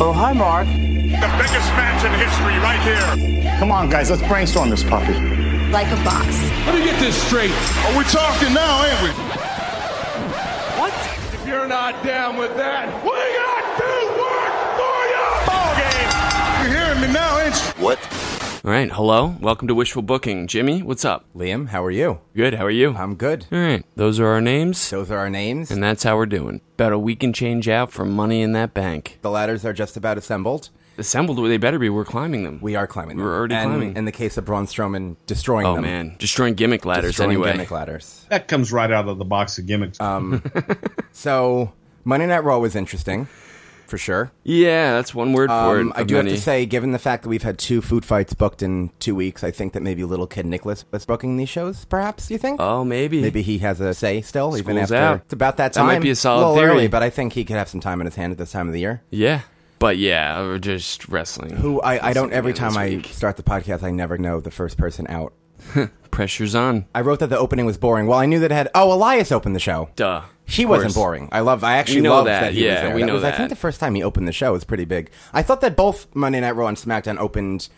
Oh, hi, Mark. The biggest match in history right here. Come on, guys, let's brainstorm this puppy. Like a boss. Let me get this straight. Oh, we're talking now, ain't we? What? If you're not down with that, we got to work for Ball game! you! You're hearing me now, ain't you? What? All right, hello. Welcome to Wishful Booking. Jimmy, what's up? Liam, how are you? Good, how are you? I'm good. All right, those are our names, Those are our names. and that's how we're doing. About a week and change out for money in that bank. the ladders are just about assembled. Assembled, they better be. We're climbing them. We are climbing. We're them. already and climbing. In the case of Braun Strowman, destroying oh, them. man. Destroying gimmick ladders, Destroying anyway. gimmick ladders. That comes right out of the box of gimmicks. So Monday Night Raw was interesting, for sure. Yeah, that's one word for it. Um, I of do have many. to say, given the fact that we've had two food fights booked in two weeks, I think that maybe Little Kid Nicholas was booking these shows. Perhaps you think? Oh, maybe. Maybe he has a say still, even School's after out. it's about that That time. might be a solid little theory. early, but I think he could have some time in his hand at this time of the year. Yeah. But yeah, we're just wrestling. Who I, I don't. Wrestling Every this time I week. start the podcast, I never know the first person out. Pressure's on. I wrote that the opening was boring. Well, I knew that it had. Oh, Elias opened the show. Duh. He Of course. wasn't boring. I love. I actually We know love that. that. he Yeah, was there. we know was, I that. think the first time he opened the show was pretty big. I thought that both Monday Night Raw and SmackDown opened.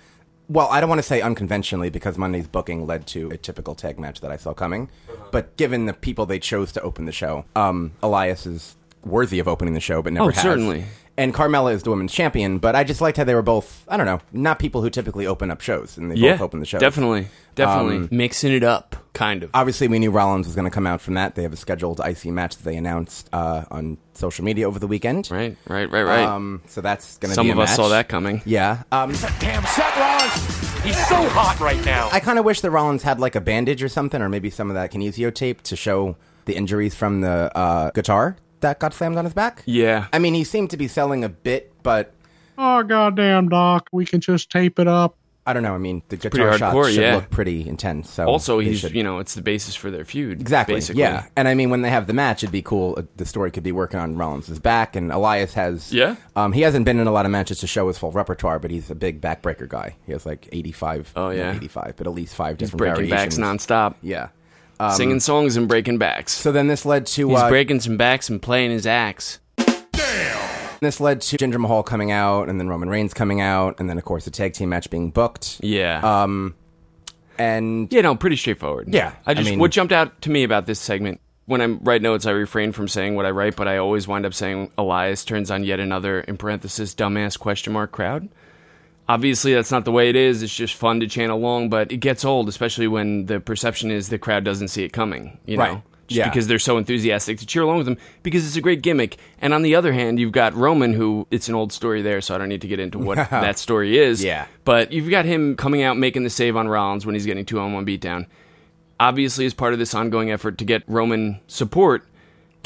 Well, I don't want to say unconventionally because Monday's booking led to a typical tag match that I saw coming. Uh-huh. But given the people they chose to open the show, um, Elias is worthy of opening the show, but never Oh, has. certainly. And Carmella is the women's champion, but I just liked how they were both, I don't know, not people who typically open up shows, and they Yeah. both opened the show. Definitely. Definitely. Um, Mixing it up, kind of. obviously we knew Rollins was going to come out from that. They have a scheduled IC match that they announced uh, on social media over the weekend. right, right, right, right. Um, so that's going to Some be a of us match. saw that coming. Yeah. Um, Damn, Seth Rollins. He's so hot right now. I kind of wish that Rollins had like a bandage or something, or maybe some of that kinesio tape to show the injuries from the uh, guitar that got slammed on his back. Yeah. I mean, he seemed to be selling a bit, but Oh, goddamn, Doc. We can just tape it up. I don't know. I mean, the guitar Pretty shots hardcore, should yeah. look pretty intense. So also, they he's should- you know it's the basis for their feud. Exactly. Basically. Yeah. And I mean, when they have the match, it'd be cool. Uh, The story could be working on Rollins' back, and Elias has. Yeah? Um, he hasn't been in a lot of matches to show his full repertoire, but he's a big backbreaker guy. He has like eighty-five. Oh, not yeah. eighty-five, but at least five different Breaking backs variations. nonstop, Yeah. Um, singing songs and breaking backs. So then this led to He's uh, breaking some backs and playing his axe. this led to Jinder Mahal coming out, and then Roman Reigns coming out, and then of course the tag team match being booked. Yeah. Um, And yeah, no, pretty straightforward. Yeah, I I just mean- what jumped out to me about this segment when I write notes, I refrain from saying what I write, but I always wind up saying Elias turns on yet another in parenthesis dumbass question mark crowd. Obviously, that's not the way it is. It's just fun to chant along, but it gets old, especially when the perception is the crowd doesn't see it coming. You know, Right. just Yeah. because they're so enthusiastic to cheer along with them because it's a great gimmick. And on the other hand, you've got Roman, who it's an old story there, so I don't need to get into what that story is. Yeah. But you've got him coming out making the save on Rollins when he's getting two on one beatdown. Obviously, as part of this ongoing effort to get Roman support.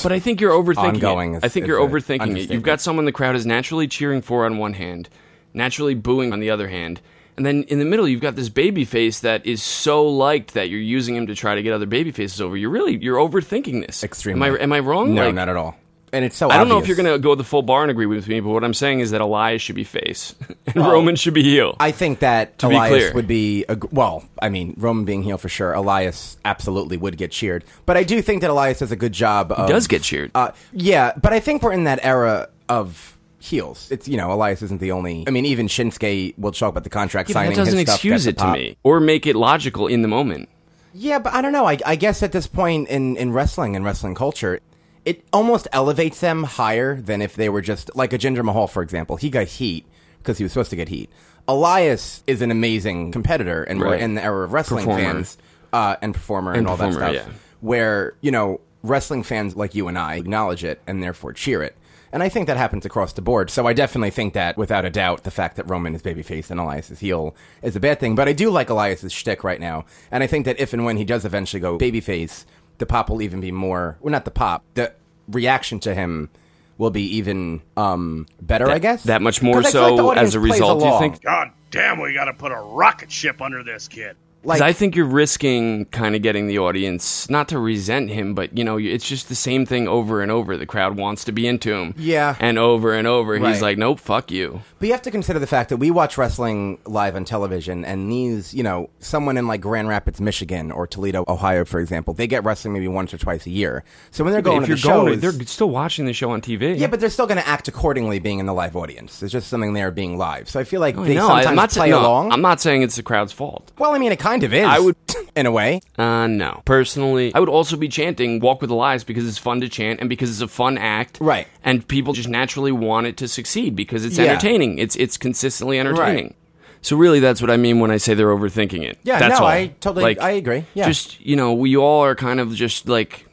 But I think you're overthinking Ongoing it. is- I think is you're a overthinking it. You've understatement. got someone the crowd is naturally cheering for on one hand, naturally booing on the other hand. And then in the middle, you've got this baby face that is so liked that you're using him to try to get other baby faces over. You're really you're overthinking this. extremely. Am I am I wrong? No, Like, not at all. And it's so. I don't know if you're obvious. going to go the full bar and agree with me, but what I'm saying is that Elias should be face and Roman should be heel. I think that To be Elias clear. would be a, gr- well. I mean, Roman being heel for sure. Elias absolutely would get cheered, but I do think that Elias does a good job. Of, does get cheered. Uh, yeah, but I think we're in that era of heels. It's you know Elias isn't the only. I mean, even Shinsuke will talk about the contract Yeah, but that signing. doesn't his stuff excuse got it the to pop. me or make it logical in the moment. Yeah, but I don't know. I, I guess at this point in in wrestling and wrestling culture. It almost elevates them higher than if they were just like a Jinder Mahal, for example. He got heat because he was supposed to get heat. Elias is an amazing competitor, and we're Right. in the era of wrestling Performer. fans uh, and performer and, And all performer, that stuff. yeah. Where you know wrestling fans like you and I acknowledge it and therefore cheer it, and I think that happens across the board. So I definitely think that, without a doubt, the fact that Roman is babyface and Elias is heel is a bad thing. But I do like Elias's shtick right now, and I think that if and when he does eventually go babyface, the pop will even be more. Well, not the pop. The reaction to him. Will be even um, better, I guess. that much more 'Cause I feel like the so as audience a plays result, you along. think? God damn, we gotta put a rocket ship under this kid. Like, 'Cause I think you're risking kind of getting the audience not to resent him, but you know, it's just the same thing over and over. The crowd wants to be into him, Yeah. and over and over, Right. he's like, "Nope, fuck you." But you have to consider the fact that we watch wrestling live on television, and these, you know, someone in like Grand Rapids, Michigan, or Toledo, Ohio, for example, they get wrestling maybe once or twice a year. So when they're going if to you're the going, shows, they're still watching the show on TV. yeah, but they're still going to act accordingly, being in the live audience. There's just something there being live. So I feel like Oh, no, they I- sometimes I'm not sa- play no, along. I'm not saying it's the crowd's fault. well, I mean, it kind of is. I would- in a way. Uh, no. Personally, I would also be chanting Walk with the Lies because it's fun to chant and because it's a fun act. Right. And people just naturally want it to succeed because it's Yeah. entertaining. It's it's consistently entertaining. So really that's what I mean when I say they're overthinking it. Yeah, that's no, all. I totally- I agree. Yeah. Just, you know, we all are kind of just like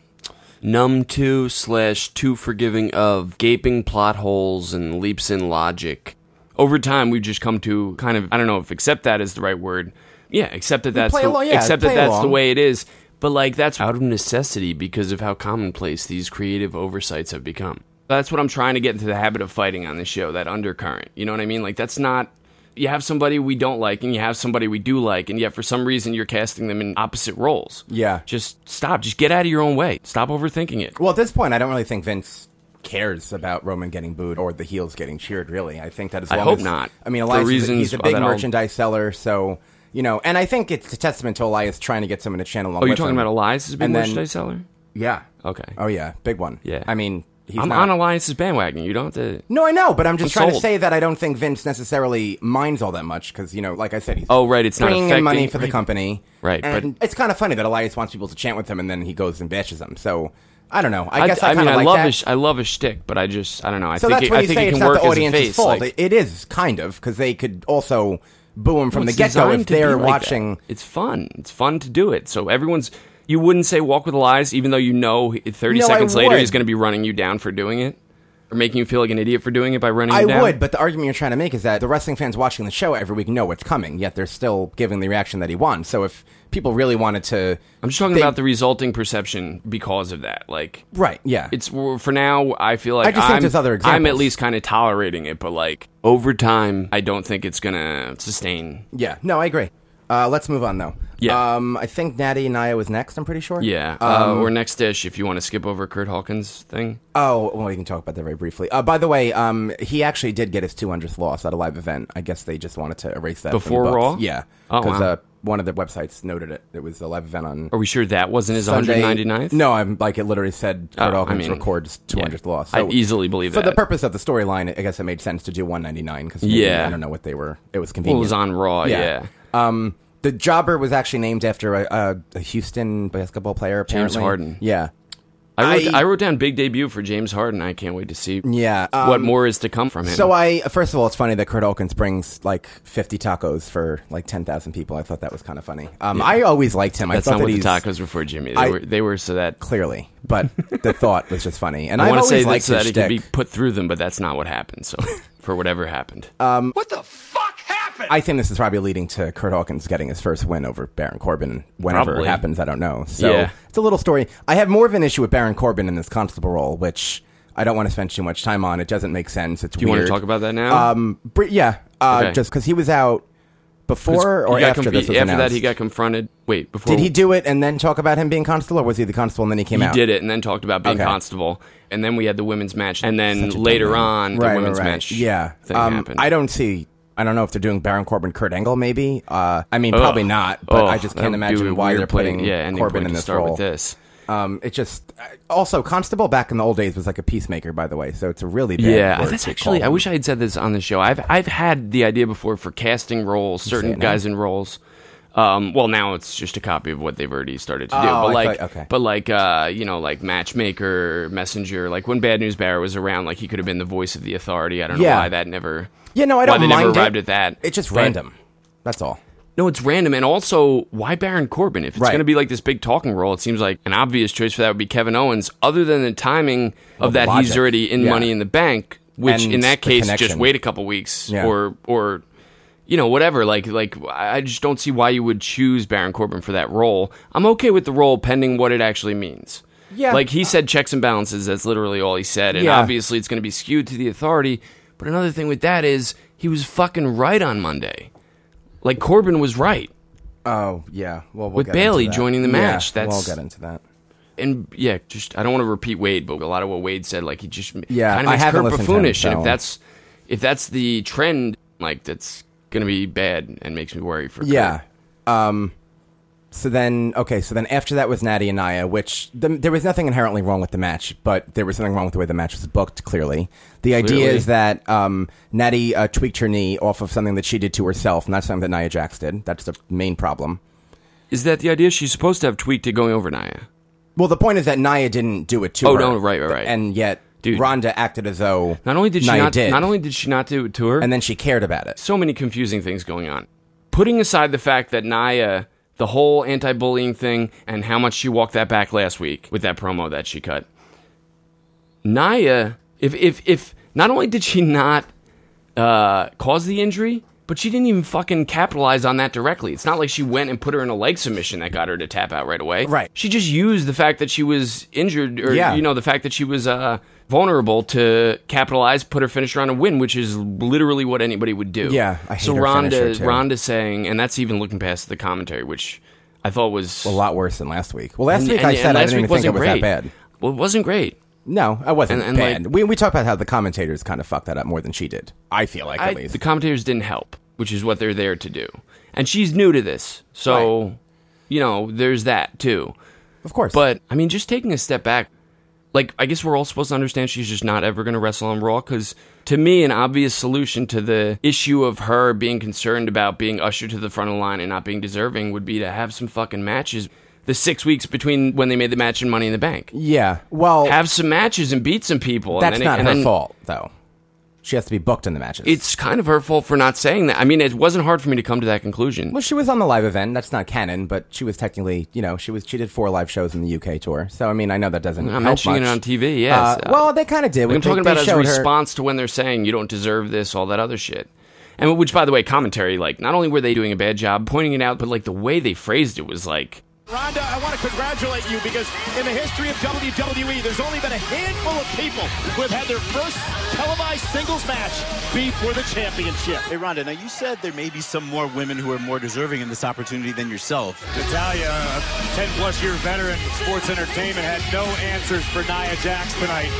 numb to slash too forgiving of gaping plot holes and leaps in logic. Over time, we've just come to kind of I don't know if accept that is the right word. Yeah, accept that that's play the, along- yeah, accept that play that's the along. way it is. But like that's out of necessity because of how commonplace these creative oversights have become. That's what I'm trying to get into the habit of fighting on this show. That undercurrent, you know what I mean? Like that's not. You have somebody we don't like, and you have somebody we do like, and yet for some reason you're casting them in opposite roles. Yeah. Just stop. Just get out of your own way. Stop overthinking it. Well, at this point, I don't really think Vince cares about Roman getting booed or the heels getting cheered. Really, I think that as I long hope as, not. I mean, For Elias is a, reasons he's a big that I'll- merchandise seller, so you know, and I think it's a testament to Elias trying to get someone to channel. Oh, you're talking about Elias as being And then- merchandise seller? Yeah. Okay. Oh yeah, big one. Yeah. I mean, he's I'm not- on Alliance's bandwagon. You don't have to. No, I know, but I'm just I'm trying sold. to say that I don't think Vince necessarily minds all that much because you know, like I said, he's Oh, right, it's not bringing in money affecting- for the company, Right, but- And it's kind of funny that Elias wants people to chant with him, and then he goes and bashes them. So I don't know. I, guess I, mean, kind of I like love that. a sh- I love a shtick, but I just I don't know. I So think that's it, when I you think it say it's can not work the audience's as a face. fault. like- It- it is kind of because they could also boo him from Well, the it's get go designed if to be they're like watching. that. It's fun. It's fun to do it. So everyone's. You wouldn't say walk with the lies, even though you know he- 30 No, I seconds later would. he's going to be running you down for doing it, or making you feel like an idiot for doing it by running. I you down. would, but the argument you're trying to make is that the wrestling fans watching the show every week know what's coming, yet they're still giving the reaction that he wants. So if people really wanted to, I'm just talking they- about the resulting perception because of that. Like, right, yeah, it's for now. I feel like I just think am there's I'm other at examples. least kind of tolerating it, but like over time, I don't think it's gonna sustain. yeah. No, I agree. Uh, let's move on though. Yeah. um, I think Natty Naya was next. I'm pretty sure. Yeah, uh, Um, or next dish if you want to skip over Kurt Hawkins thing. Oh, well, we can talk about that very briefly. Uh, by the way, um, he actually did get his 200th loss at a live event. I guess they just wanted to erase that from the Before books. Raw? Yeah, Oh, because wow. uh, one of the websites noted it. It was a live event on Are we sure that wasn't his Sunday. 199th? No, I'm like it literally said Kurt Oh, I Hawkins mean, records 200th yeah. loss. I easily believe for that. the purpose of the storyline. I guess it made sense to do 199 because Yeah. I don't know what they were. It was Well, convenient. it was on Raw. Yeah. Um, the jobber was actually named after a, a, a Houston basketball player. James apparently. Harden. Yeah. I, wrote, I- I wrote down big debut for James Harden. I can't wait to see Yeah, what um, more is to come from him. So I first of all, it's funny that Kurt Hawkins brings like 50 tacos for like 10,000 people. I thought that was kind of funny. Um, I always liked him. that's I thought not what that the he's tacos were for, Jimmy. They I- were they were so that clearly, but the thought was just funny. And I I want have to say always that liked so his that it could be shtick. put through them, but that's not what happened. So for whatever happened, What the fuck happened? I think this is probably leading to Kurt Hawkins getting his first win over Baron Corbin. Whenever Probably. it happens, I don't know. So Yeah. it's a little story. I have more of an issue with Baron Corbin in this constable role, which I don't want to spend too much time on. It doesn't make sense. It's do you weird. want to talk about that now? Um, br- yeah, uh, Okay. just because he was out before or He got after conf- this was after announced. that, he got confronted. Wait, before Did he do it and then talk about him being constable, or was he the constable and then he came He out? did it, and then talked about being Okay. constable, and then we had the women's match, and then Such a later dumb name. on the Right, right, women's right. match. Yeah, thing um, happened. I don't see. I don't know if they're doing Baron Corbin, Kurt Angle, maybe. Uh, I mean, probably not. But Ugh, I just that can't would be a imagine why weird they're point. putting yeah, ending Corbin point in to this start role. With this. Um, it just also constable back in the old days was like a peacemaker, by the way. So it's a really bad Yeah, word that's to actually. call I him. wish I had said this on the show. I've I've had the idea before for casting roles, say certain it now. guys in roles. Um, well, now it's just a copy of what they've already started to do. Oh, but I like, thought- okay. but like, uh, you know, like matchmaker, messenger. Like when Bad News Bear was around, like he could have been the voice of the authority. I don't Yeah. know why that never. Yeah, no, I why don't they mind never it. arrived at that. It's just But- random. That's all. No, it's random, and also why Baron Corbin? If it's Right. going to be like this big talking role, it seems like an obvious choice for that would be Kevin Owens. Other than the timing of that, he's logic. already in Yeah. Money in the Bank, which And in that the case, just connection. wait a couple weeks Yeah. or or you know whatever. Like like I I just don't see why you would choose Baron Corbin for that role. I'm okay with the role pending what it actually means. Yeah. like he said, checks and balances. That's literally all he said, and Yeah. obviously it's going to be skewed to the authority. But another thing with that is he was fucking right on Monday. Like Corbin was right. Oh yeah. Well, we'll With get into Bayley that. joining the Yeah, match, that's- we'll get into that. and yeah, just I don't want to repeat Wade, but a lot of what Wade said, like he just Yeah, kind I of makes haven't Kurt listened to him, buffoonish, and so- if that's if that's the trend, like that's gonna be bad and makes me worry for Yeah. Kurt. Um. So then, okay. So then, after that was Natty and Naya, which the, there was nothing inherently wrong with the match, but there was something wrong with the way the match was booked. Clearly, the idea Clearly. is that um, Natty uh, tweaked her knee off of something that she did to herself, not something that Nia Jax did. That's the main problem. Is that the idea? She's supposed to have tweaked it going over Naya. Well, the point is that Naya didn't do it to Oh, her. no, right, right, right. And yet, Dude. Rhonda acted as though Not only did she Nia not did, not only did she not do it to her, and then she cared about it. so many confusing things going on. Putting aside the fact that Naya, the whole anti bullying thing, and how much she walked that back last week with that promo that she cut. Naya, if, if, if not only did she not uh, cause the injury, but she didn't even fucking capitalize on that directly. It's not like she went and put her in a leg submission that got her to tap out right away. Right. She just used the fact that she was injured, or Yeah. you know, the fact that she was uh, vulnerable to capitalize, put her finisher on a win, which is literally what anybody would do. Yeah, I hate so her Rhonda, finisher, too. Rhonda saying, and that's even looking past the commentary, which I thought was A lot worse than last week. Well, last and- week and- I and said I last didn't even week think it wasn't great. was that bad. Well, it wasn't great. No, I wasn't And- and, bad. like- we we talked about how the commentators kind of fucked that up more than she did. I feel like I, at least. the commentators didn't help, which is what they're there to do. And she's new to this, so you know, there's that too. of course, But I mean, just taking a step back, like I guess we're all supposed to understand she's just not ever going to wrestle on Raw because to me, an obvious solution to the issue of her being concerned about being ushered to the front of the line and not being deserving would be to have some fucking matches. The six weeks between when they made the match and Money in the Bank, yeah, well, have some matches and beat some people. and that's then it- not and her then- fault though. She has to be booked in the matches. It's kind of her fault for not saying that. I mean, it wasn't hard for me to come to that conclusion. well, she was on the live event. That's not canon, but she was technically, you know, she was she did four live shows in the UK tour. So I mean, I know that doesn't. I'm help mentioning much. it on TV. Yes. Uh, well, they kind of did. I'm They- talking they about as a showed her- response to when they're saying you don't deserve this, all that other shit. And which, by the way, commentary like not only were they doing a bad job pointing it out, but like the way they phrased it was like Rhonda, I want to congratulate you because in the history of WWE, there's only been a handful of people who have had their first televised singles match be for the championship. Hey, Rhonda, now you said there may be some more women who are more deserving in this opportunity than yourself. Natalia, a 10 plus year veteran of sports entertainment, had no answers for Nia Jax tonight.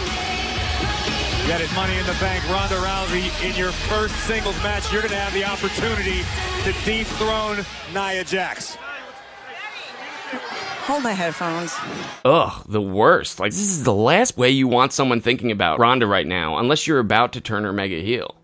Yet at Money in the Bank, Ronda Rousey, in your first singles match, you're going to have the opportunity to dethrone Nia Jax. Hold my headphones. ugh, the worst. Like, this is the last way you want someone thinking about Ronda right now, unless you're about to turn her mega heel.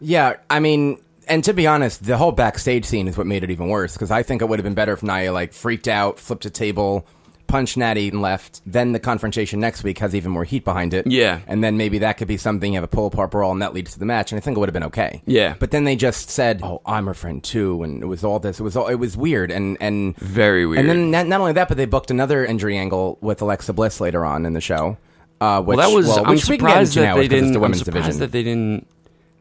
Yeah, I mean, and to be honest, the whole backstage scene is what made it even worse because I think it would have been better if Naya like freaked out, flipped a table, punched Natty and left. Then the confrontation next week has even more heat behind it. Yeah. and then maybe that could be something you have a pull apart brawl and that leads to the match, and I think it would have been okay. Yeah. but then they just said, "Oh, I'm her friend too," and it was all this. It was all it was weird and and Very weird. And then not, not only that, but they booked another injury angle with Alexa Bliss later on in the show. Uh, which, well, that was well, I'm which we can get surprised into that now they because it's didn't. The I'm women's surprised division. that they didn't.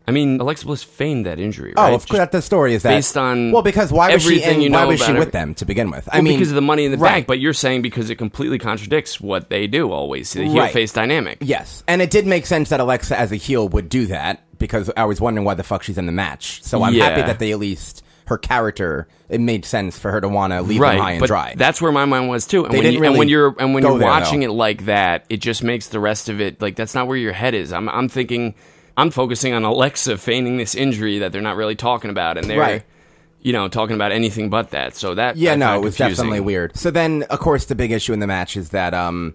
I mean, Alexa Bliss feigned that injury. Oh, right? of course. That the story is that based on well, because why was she everything and you why know was she about with every- them to begin with? I Well, mean, because of the money in the right, bank, but you're saying because it completely contradicts what they do always, the heel Right. face dynamic. yes, and it did make sense that Alexa as a heel would do that because I was wondering why the fuck she's in the match. So I'm happy Yeah. that they at least her character it made sense for her to want to leave right. them high and but dry. That's where my mind was too. And They when didn't you, and really when you're and when go you're there, watching though. it like that, it just makes the rest of it like that's not where your head is. I'm I'm thinking I'm focusing on Alexa feigning this injury that they're not really talking about and they're Right. you know, talking about anything but that. So that yeah, I no, found it was confusing. definitely weird. So then, of course, the big issue in the match is that um,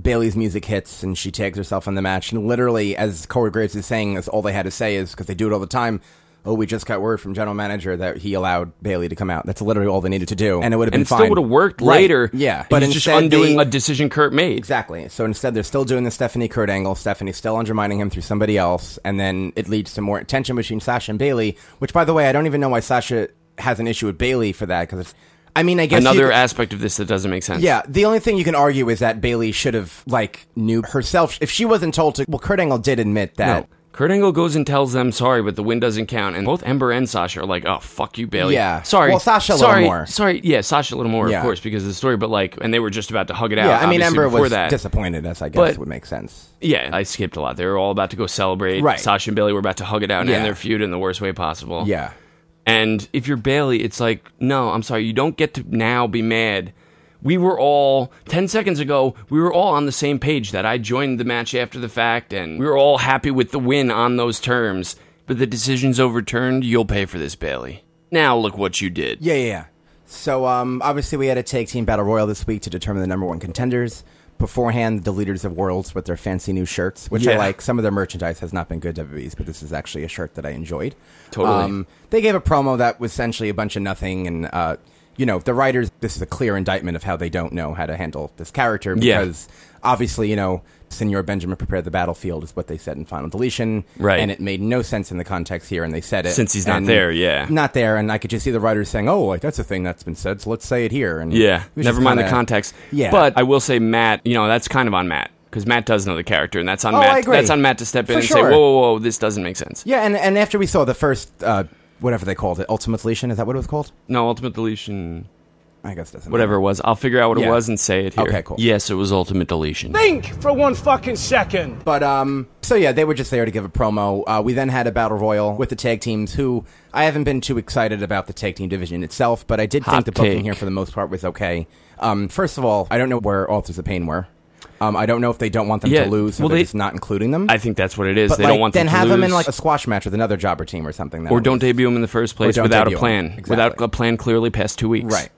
Bailey's music hits and she tags herself in the match. And literally, as Corey Graves is saying, that's all they had to say is because they do it all the time. Oh, we just got word from general manager that he allowed Bailey to come out. That's literally all they needed to do, and it would have been And it fine. still would have worked Right, later. Yeah, but it's just instead undoing they- a decision Kurt made. Exactly. So instead, they're still doing the Stephanie Kurt angle. Stephanie's still undermining him through somebody else, and then it leads to more tension between Sasha and Bailey. Which, by the way, I don't even know why Sasha has an issue with Bailey for that. Because I mean, I guess you Another could- aspect of this that doesn't make sense. yeah, the only thing you can argue is that Bailey should have like knew herself if she wasn't told to. Well, Kurt Angle did admit that. No. Kurt Angle goes and tells them sorry, but the win doesn't count. And both Ember and Sasha are like, "Oh fuck you, Bailey." Yeah. Sorry. Well, Sasha a little sorry, more. Sorry. Yeah, Sasha a little more, Yeah. of course, because of the story. But like, and they were just about to hug it out. Yeah, I mean obviously, Ember before was that. disappointed. That's I guess But- would make sense. yeah, I skipped a lot. They were all about to go celebrate. Right. Sasha and Bailey were about to hug it out and Yeah. end their feud in the worst way possible. Yeah, And if you're Bailey, it's like, no, I'm sorry, you don't get to now be mad. We were all 10 seconds ago, we were all on the same page that I joined the match after the fact and we were all happy with the win on those terms. But the decision's overturned, you'll pay for this, Bailey. Now look what you did. Yeah, yeah, yeah. So um, obviously, we had a tag team battle royal this week to determine the number one contenders. Beforehand, the leaders of worlds with their fancy new shirts, which I Yeah. like. Some of their merchandise has not been good WWE's, but this is actually a shirt that I enjoyed. Um, Totally. they gave a promo that was essentially a bunch of nothing, and uh, you know, the writers. This is a clear indictment of how they don't know how to handle this character Yeah. because obviously, you know, Senor Benjamin prepared the battlefield is what they said in Final Deletion, Right. And it made no sense in the context here, and they said it Since he's not and there, yeah. not there, and I could just see the writers saying, "Oh, like that's a thing that's been said, so let's say it here." And Yeah, it was never just mind the kinda- context. Yeah, but I will say Matt. You know, that's kind of on Matt because Matt does know the character, and that's on Oh, Matt. I agree. That's on Matt to step in For and sure. say, "Whoa, whoa, whoa, this doesn't make sense." yeah, and and after we saw the first uh, whatever they called it, Ultimate Deletion, is that what it was called? No, ultimate deletion, I guess it doesn't. whatever it was. I'll figure out what Yeah. it was and say it here. Okay, cool. Yes, it was ultimate deletion. Think for one fucking second. But um, so yeah, they were just there to give a promo. Uh, we then had a battle royal with the tag teams, who I haven't been too excited about the tag team division itself, but I did Hot think the booking take. here for the most part was okay. Um, first of all, I don't know where Authors of Pain were. Um, I don't know if they don't want them Yeah, to lose, so well, they're they- just not including them. I think that's what it is. but they like, don't want then them to have lose. them in like a squash match with another jobber team or something. or don't debut him in the first place don't without a debut 'em. plan, without Exactly. a plan clearly past two weeks. Right.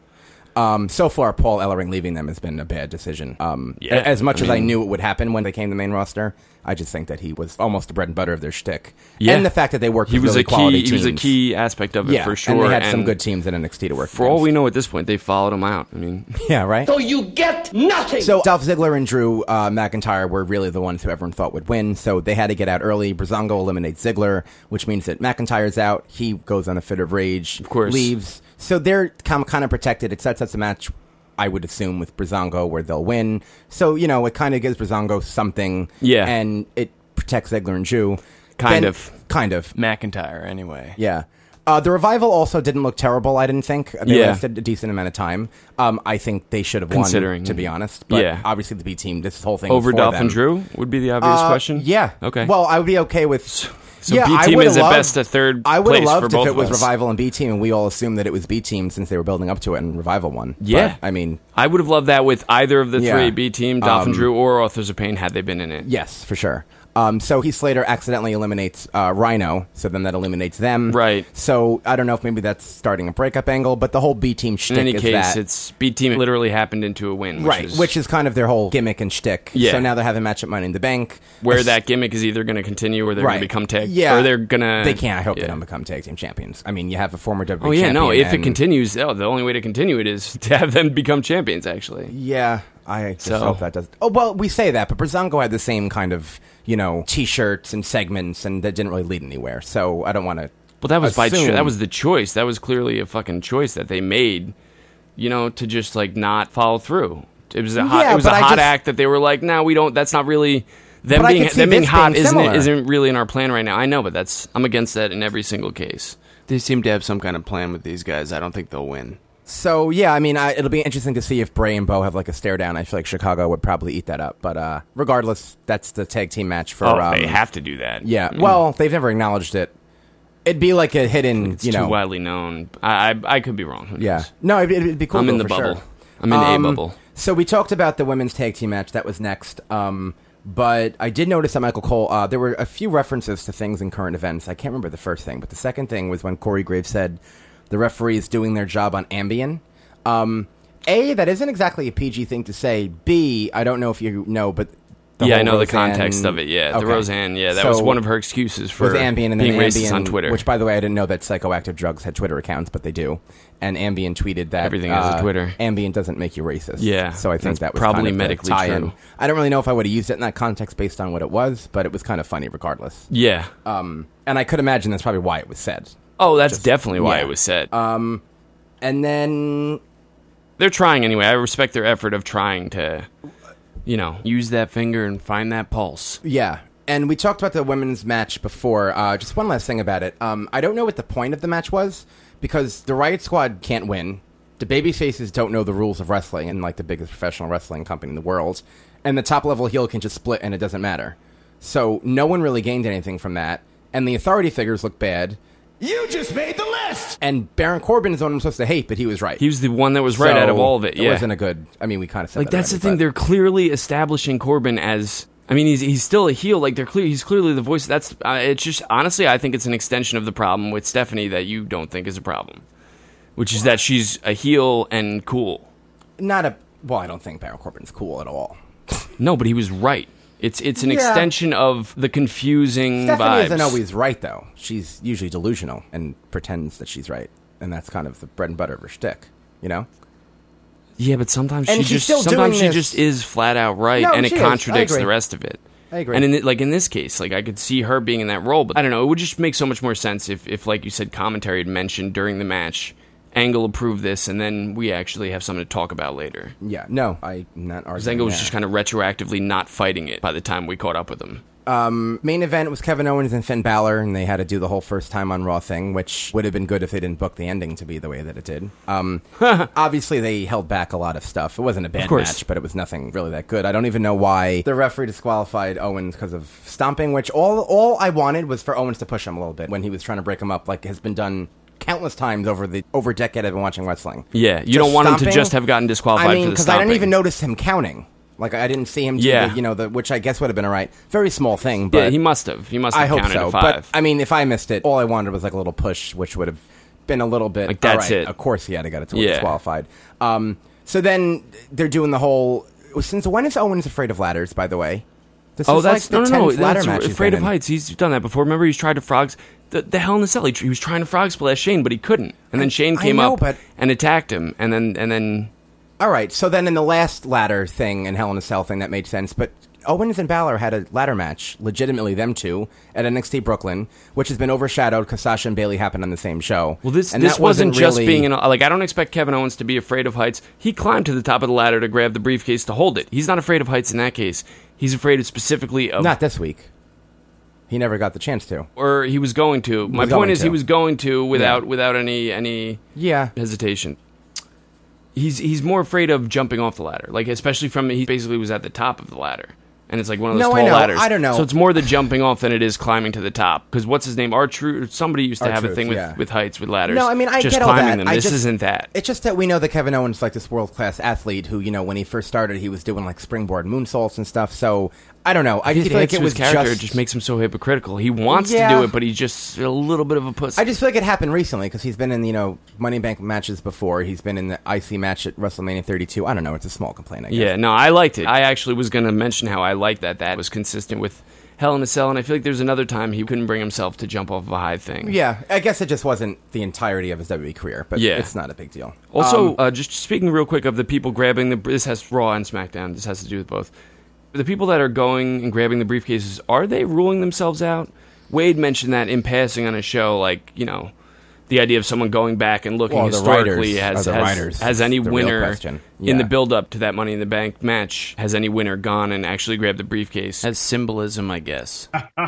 Um, so far, Paul Ellering leaving them has been a bad decision. Um, Yeah, a- as much I as I mean- knew it would happen when they came to the main roster, I just think that he was almost the bread and butter of their shtick. Yeah. And the fact that they worked He with was really a quality key. He was a teams. key aspect of it yeah, for sure. And they had some and good teams in NXT to work For all against. we know at this point, they followed him out. I mean, Yeah, right? So you get nothing. So Dolph Ziggler and Drew uh, McIntyre were really the ones who everyone thought would win. So they had to get out early. Brazongo eliminates Ziggler, which means that McIntyre's out. He goes on a fit of rage. Of course. leaves. So they're kind of protected. It sets up the match, I would assume, with Brazongo where they'll win. So you know, it kind of gives Brazongo something. Yeah. and it protects Ziggler and Drew. Kind of. Kind of. McIntyre, anyway. Yeah. Uh, the revival also didn't look terrible. I didn't think they Yeah. wasted a decent amount of time. Um, I think they should have won, Considering. to be honest. But Yeah. obviously the B team, this whole thing was over for Dolph them. and Drew would be the obvious Uh, question. Yeah. Okay. Well, I would be okay with. So B team is at best a third I would have place for loved both if it of was us. revival and B team, and we all assumed that it was B team since they were building up to it, and revival won. But, Yeah. I mean, I would have loved that with either of the Yeah. three B team, Dolphin Um, Drew or Authors of Pain, had they been in it. Yes, for sure. Um, so Heath Slater accidentally eliminates uh, Rhino, so then that eliminates them. Right. So I don't know if maybe that's starting a breakup angle, but the whole B team shtick In any is case, that. it's B team literally happened into a win, which right, is which is kind of their whole gimmick and shtick. Yeah. So now they're having a match at Money in the Bank. where As- that gimmick is either going to continue or they're going right. to become tag, Yeah. or they're going to They can't. I hope they yeah. don't become tag team champions. I mean, you have a former WWE. Oh yeah, no. champion If it and- continues, oh, the only way to continue it is to have them become champions. Actually, Yeah, I just So- hope that does. Oh well, we say that, but Brazongo had the same kind of you know T-shirts and segments, and that didn't really lead anywhere. So I don't want to. well, that was by cho- assume- that was the choice. That was clearly a fucking choice that they made, you know, to just like not follow through. It was a hot, Yeah, it was a but I hot just- act that they were like, no, we don't. That's not really them But I being could see them being this hot. being isn't similar. it? Isn't really in our plan right now. I know, but that's I'm against that in every single case. They seem to have some kind of plan with these guys. I don't think they'll win. So yeah, I mean, I, it'll be interesting to see if Bray and Bo have like a stare down. I feel like Chicago would probably eat that up, but uh, regardless, that's the tag team match for. Oh, um, they have to do that. Yeah, I mean, well, they've never acknowledged it. It'd be like a hidden, it's you know. too widely known. I I, I could be wrong. Who Yeah, knows? no, it'd, it'd be cool. I'm in though, the for bubble. sure. I'm in Um, a bubble. So we talked about the women's tag team match that was next. Um, but I did notice that Michael Cole, uh, there were a few references to things in current events. I can't remember the first thing, but the second thing was when Corey Graves said the referee is doing their job on Ambien. Um, a, that isn't exactly a PG thing to say. B, I don't know if you know, but the yeah, I whole know Roseanne- the context of it. Yeah, the Okay. Roseanne. Yeah, that So was one of her excuses for with Ambien and then being Ambien, racist on Twitter. Which, by the way, I didn't know that psychoactive drugs had Twitter accounts, but they do. And Ambien tweeted that Everything has a uh, Twitter. Ambien doesn't make you racist. Yeah, so I think that's that was probably kind of the medically tie-in. true. I don't really know if I would have used it in that context based on what it was, but it was kind of funny regardless. yeah. Um, and I could imagine that's probably why it was said. oh, that's definitely why yeah. Uh, it was said. And then They're trying anyway. I respect their effort of trying to, you know, use that finger and find that pulse. Yeah. And we talked about the women's match before. Uh, just one last thing about it. Um, I don't know what the point of the match was because the Riot Squad can't win. The babyfaces don't know the rules of wrestling and like the biggest professional wrestling company in the world. And the top level heel can just split and it doesn't matter. So no one really gained anything from that. And the authority figures look bad. You just made the list. And Baron Corbin is the one I'm supposed to hate, but he was right. He was the one that was right So, out of all of it. Yeah, it wasn't a good. I mean, we kind of said like that that's the already, thing. but- They're clearly establishing Corbin as. I mean, he's he's still a heel. Like they're clear. He's clearly the voice. That's uh, it's just honestly, I think it's an extension of the problem with Stephanie that you don't think is a problem, which is that she's a heel and cool. not a. Well, I don't think Baron Corbin's cool at all. No, but he was right. It's it's an Yeah. extension of the confusing Stephanie vibes. isn't always right though. She's usually delusional and pretends that she's right, and that's kind of the bread and butter of her shtick. You know. yeah, but sometimes And she just she's still doing sometimes she this- just is flat out right, No, and it she is. I contradicts the agree. rest of it. I agree. And in, th- like in this case, like I could see her being in that role, but I don't know. It would just make so much more sense if, if like you said, commentary had mentioned during the match, Angle approved this, and then we actually have something to talk about later. Yeah. No, I'm not arguing. Because Angle was that. just kind of retroactively not fighting it by the time we caught up with him. Um, main event was Kevin Owens and Finn Balor, and they had to do the whole first time on Raw thing, which would have been good if they didn't book the ending to be the way that it did. Um, obviously, they held back a lot of stuff. It wasn't a bad course. match, but it was nothing really that good. I don't even know why the referee disqualified Owens because of stomping, which all all I wanted was for Owens to push him a little bit when he was trying to break him up, like has been done countless times over the over a decade I've been watching wrestling. Yeah, you Just don't want him to stomping? just have gotten disqualified I mean, for the because I stomping. didn't even notice him counting. Like I didn't see him. Do Yeah. the, you know, the, which I guess would have been all right. Very small thing, but yeah, he must have. He must have I hope counted so. to five. But I mean, if I missed it, all I wanted was like a little push, which would have been a little bit. Like, that's all right, it. Of course, he had to get it to Yeah. disqualified. Um, so then they're doing the whole. Since when is Owens afraid of ladders? By the way, this oh, is that's like the no, no, no. 10th ladder That's match he's afraid been of in. heights. He's done that before. Remember, he's tried to frogs the, the Hell in the Cell. He, tr- he was trying to frog splash Shane, but he couldn't. And then Shane I came know, up but- and attacked him, and then and then All right, so then in the last ladder thing and Hell in a Cell thing, that made sense. But Owens and Balor had a ladder match, legitimately them two, at NXT Brooklyn, which has been overshadowed because Sasha and Bailey happened on the same show. Well, this and this that wasn't, just really- being an like. I don't expect Kevin Owens to be afraid of heights. He climbed to the top of the ladder to grab the briefcase to hold it. He's not afraid of heights in that case. He's afraid of specifically of not this week. He never got the chance to. or he was going to. My point Was going is he to. was going to without without any any Yeah. hesitation. He's he's more afraid of jumping off the ladder, like especially from he basically was at the top of the ladder, and it's like one of those No, I tall know. ladders. I don't know. So it's more the jumping off than it is climbing to the top. Because what's his name? Our true somebody used to have a R-Truth, thing with, yeah. with heights with ladders. No, I mean I just get all climbing that. them. I this just- isn't that. It's just that we know that Kevin Owens is like this world class athlete who, you know, when he first started, he was doing like springboard moonsaults and stuff. So I don't know. I, I just feel like it was his character. just. It just makes him so hypocritical. He wants to Yeah. do it, but he's just a little bit of a pussy. I just feel like it happened recently because he's been in you know Money Bank matches before. He's been in the IC match at WrestleMania 32. I don't know. It's a small complaint. I guess. yeah, no, I liked it. I actually was going to mention how I liked that. That was consistent with Hell in a Cell, and I feel like there's another time he couldn't bring himself to jump off of a high thing. Yeah, I guess it just wasn't the entirety of his WWE career, but Yeah. it's not a big deal. Also, Um, uh, just speaking real quick of the people grabbing the. This has Raw and SmackDown. This has to do with both. The people that are going and grabbing the briefcases, are they ruling themselves out? Wade mentioned that in passing on a show, like you know, the idea of someone going back and looking Well, the historically writers has are the has, writers. has any It's the real winner question. in Yeah. the build up to that Money in the Bank match has any winner gone and actually grabbed the briefcase as symbolism, I guess.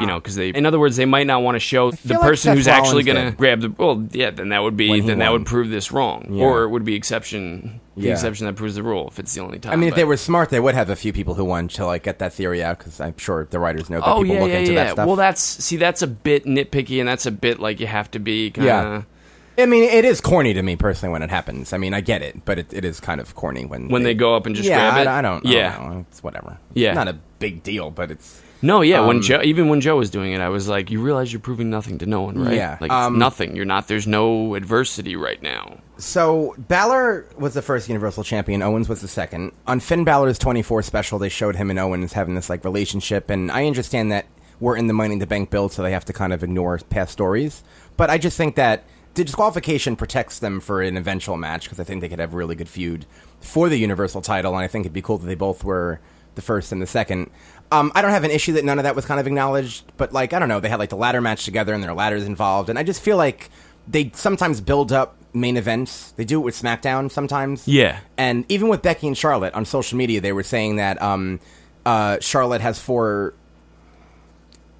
you know, because they, in other words, they might not want to show the feel like person Seth who's actually Rollins going to did. grab the. Well, yeah, then that would be When he then that won. would prove this wrong, Yeah. or it would be exception. The Yeah. exception that proves the rule. If it's the only time. I mean, if Uh, but- they were smart, they would have a few people who won to like get that theory out because I'm sure the writers know that Oh people yeah, look yeah, into yeah. that stuff. Well, that's see, that's a bit nitpicky, and that's a bit like you have to be kind of. Yeah. I mean, it is corny to me personally when it happens. I mean, I get it, but it, it is kind of corny when When they go up and just yeah, grab I- it? I, don't. Yeah. I don't know. It's whatever. Yeah. not a big deal, but it's No, yeah. when Um, Joe, even when Joe was doing it, I was like, "You realize you're proving nothing to no one, right? Yeah. like Um, it's nothing. You're not. There's no adversity right now. So Balor was the first Universal Champion. Owens was the second. On Finn Balor's 24 special, they showed him and Owens having this like relationship, and I understand that we're in the Money in the Bank build, so they have to kind of ignore past stories. But I just think that the disqualification protects them for an eventual match because I think they could have a really good feud for the Universal title, and I think it'd be cool that they both were the first and the second. Um, I don't have an issue that none of that was kind of acknowledged, but like I don't know, they had like the ladder match together and there are ladders involved, and I just feel like they sometimes build up main events. They do it with SmackDown sometimes. Yeah. and even with Becky and Charlotte on social media, they were saying that um, uh, Charlotte has four.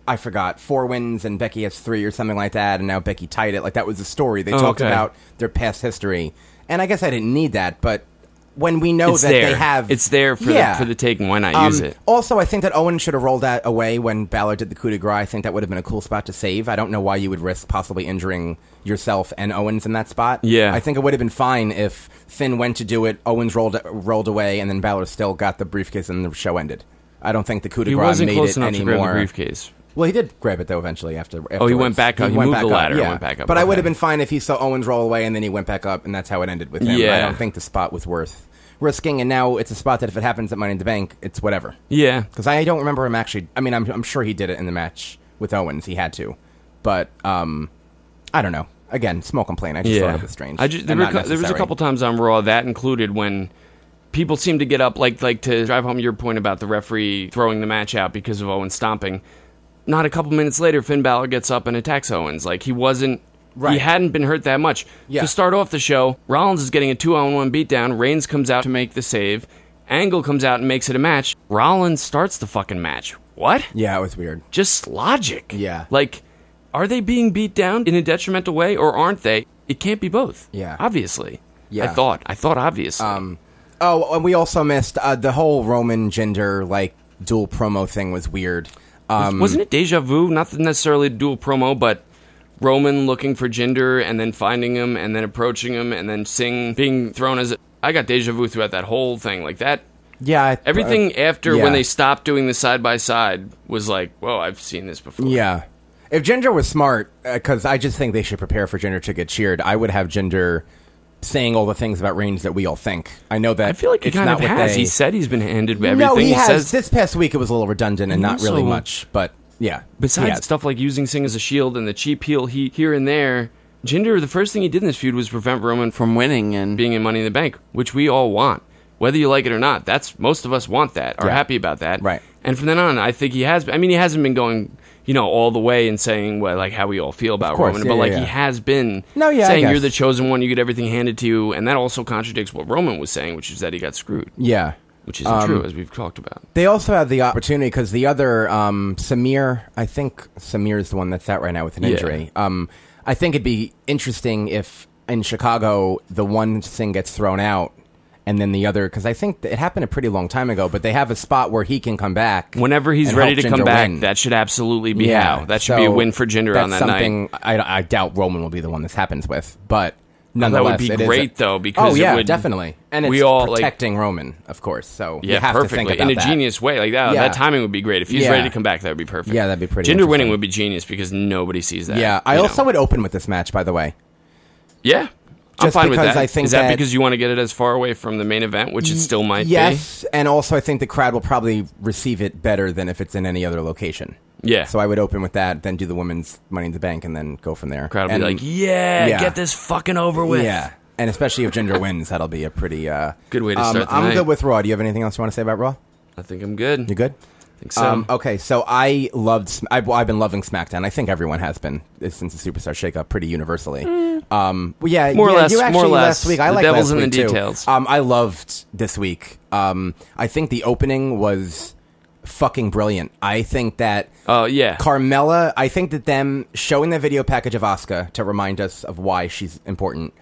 I forgot four wins and Becky has three or something like that, and now Becky tied it. Like that was the story they Oh, talked okay. about their past history, and I guess I didn't need that, but when we know It's that there. they have It's there for the- yeah. Um, for the taking. Why not use it? Also, I think that Owen should have rolled that away when Balor did the coup de grace. I think that would have been a cool spot to save. I don't know why you would risk possibly injuring yourself and Owens in that spot. Yeah. I think it would have been fine if Finn went to do it, Owens rolled rolled away, and then Balor still got the briefcase, and the show ended. I don't think the coup de He grace wasn't made close it enough any to grab the more- briefcase. Well, he did grab it though eventually after. Oh, he went afterwards. back up. He moved the ladder and went back up. But I would Okay. have been fine if he saw Owens roll away and then he went back up, and that's how it ended with him. I Yeah. don't think the spot was worth risking, and now it's a spot that if it happens at Money in the Bank, it's whatever. Yeah. Because I don't remember him actually. I mean, I'm, I'm sure he did it in the match with Owens. He had to, but um, I don't know. Again, small complaint. I just thought it was strange. I just, there, and were, not cou- there was a necessary. couple times on Raw that included when people seemed to get up, like like to drive home your point about the referee throwing the match out because of Owens stomping. Not a couple minutes later, Finn Balor gets up and attacks Owens. Like he wasn't. He Right. hadn't been hurt that much. Yeah. To start off the show, Rollins is getting a two on one beatdown. Reigns comes out to make the save. Angle comes out and makes it a match. Rollins starts the fucking match. What? Yeah, it was weird. Just logic. Yeah. Like, are they being beat down in a detrimental way or aren't they? It can't be both. Yeah. Obviously. Yeah. I thought. I thought obviously. Um, oh, and we also missed uh, the whole Roman gender like dual promo thing was weird. Um, Wasn't it deja vu? Not necessarily dual promo, but Roman looking for Jinder and then finding him and then approaching him and then Singh being thrown as. I got deja vu throughout that whole thing. Like that. Yeah, I- Everything uh, after yeah. when they stopped doing the side by side was like, whoa, I've seen this before. Yeah. If Ginger was smart, because I just think they should prepare for Ginger to get cheered, I would have Ginger saying all the things about Reigns that we all think. I know that. I feel like he it's kind not of what has. They, He said he's been handed everything. No, he, has. says This past week it was a little redundant and not really Also- much, but yeah. besides Yeah. stuff like using Singh as a shield and the cheap heel he here and there, Jinder, the first thing he did in this feud was prevent Roman from From winning and being in Money in the Bank, which we all want. Whether you like it or not, that's most of us want that, are Yeah. happy about that. Right. And from then on, I think he has. I mean, he hasn't been going, you know, all the way and saying what, like how we all feel about course, Roman, yeah, but yeah, like yeah. he has been No, yeah, I saying you're guess. the chosen one, you get everything handed to you, and that also contradicts what Roman was saying, which is that he got screwed, Yeah. Um, which isn't true as we've talked about. They also had the opportunity because the other um, Samir, I think Samir is the one that's out right now with an Yeah. injury. Um, I think it'd be interesting if in Chicago the one thing gets thrown out and then the other because I think it happened a pretty long time ago. But they have a spot where he can come back Whenever he's and ready help to come Ginger back, win. that should absolutely be how. That should be a so win for Jinder on that that's night. something I, I doubt Roman will be the one this happens with, but. Oh, that would Nonetheless, be it is a- great, though, because oh it yeah, would- definitely, and it's we all, like- protecting Roman, of course. So you Yeah, have perfectly. to think about in a that. genius way. Like oh, that, Yeah. that timing would be great. If he's Yeah. ready to come back, that would be perfect. Yeah, that'd be pretty Gender winning interesting. would be genius because nobody sees that. Yeah, I you also know? would open with this match, by the way. Yeah, I'm Just fine with because that. I think Is that, that- because you want to get it as far away from the main event, which it still might Yes, and also I think the crowd will probably receive it better than if it's in any other location. be? Yeah. So I would open with that, then do the women's Money in the Bank, and then go from there. crowd would and, be like, yeah, yeah. get this fucking over with. yeah. And especially if Ginger wins, that'll be a pretty uh, Good way to um, start the I'm night. good with Raw. Do you have anything else you want to say about Raw? I think I'm good. You good? I think so. Um, okay, so I loved. Sm- I've, I've been loving SmackDown. I think everyone has been uh, since the Superstar Shakeup, pretty universally. Um, well, yeah, Mm. More or yeah, less, You more or actually less. last week. I The like devil's last in week, the too. details. Um, I loved this week. Um, I think the opening was fucking brilliant. I think that Oh yeah. Carmella. I think that them showing the video package of Asuka to remind us of why she's important.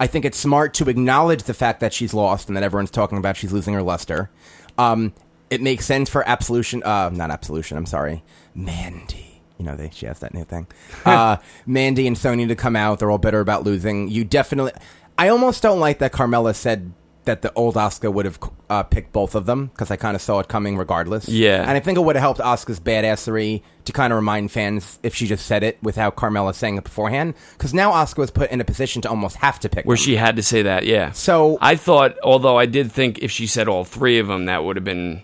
I think it's smart to acknowledge the fact that she's lost and that everyone's talking about she's losing her luster. Um, it makes sense for absolution. Uh, not absolution. I'm sorry, Mandy. You know, they, she has that new thing. Uh, Mandy and Sonya to come out. They're all bitter about losing. You definitely. I almost don't like that Carmella said that the old Asuka would have uh, picked both of them because I kind of saw it coming regardless. Yeah. And I think it would have helped Asuka's badassery to kind of remind fans if she just said it without Carmella saying it beforehand. Because now Asuka was put in a position to almost have to pick Where them. she had to say that, yeah. So- I thought, although I did think if she said all three of them, that would have been.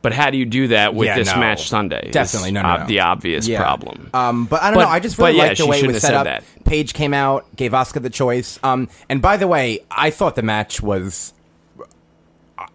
But how do you do that with Yeah, this no. match Sunday? is Definitely, no, no, ob- no. the obvious Yeah. problem. Um, but I don't But- know. I just really but yeah, liked the she way it shouldn't was have set up. said Paige came out, gave Asuka the choice. Um, and by the way, I thought the match was.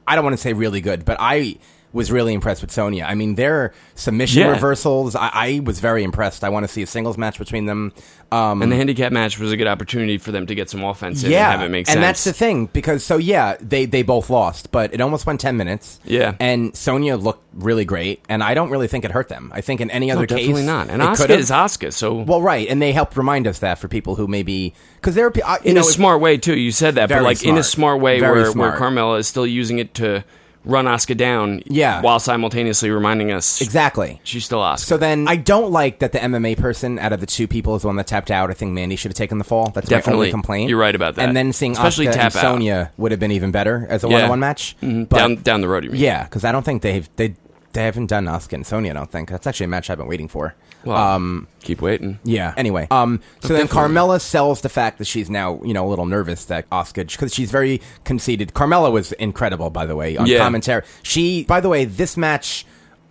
I don't want to say really good, but I was really impressed with Sonya. I mean, their submission Yeah. reversals, I, I was very impressed. I want to see a singles match between them. Um, and the handicap match was a good opportunity for them to get some offense in and have it make sense. And that's the thing because so yeah, they they both lost, but it almost went ten minutes. Yeah. and Sonya looked really great, and I don't really think it hurt them. I think in any No, other definitely case, not. And it Asuka could've- is Asuka, so well, right, and they helped remind us that for people who maybe because there are pe- I- you in know, a if- smart way too. You said that, but Very like in a smart. smart way Very where smart. where Carmella is still using it to run Asuka down, Yeah. while simultaneously reminding us exactly she's still Asuka. So then I don't like that the MMA person out of the two people is the one that tapped out. I think Mandy should have taken the fall. That's my Definitely. only complaint. You're right about that. And then seeing Especially Asuka and tap out. Sonya would have been even better as a Yeah. one-on-one match. Mhm. But- down down the road, you mean? Yeah, because I don't think they've they they haven't done Asuka and Sonya. I don't think that's actually a match I've been waiting for. Well, um, keep waiting. yeah. Anyway, um, so then definitely. Carmella sells the fact that she's now you know a little nervous that Asuka because she's very conceited. Carmella was incredible, by the way, on Yeah. commentary. She, by the way, this match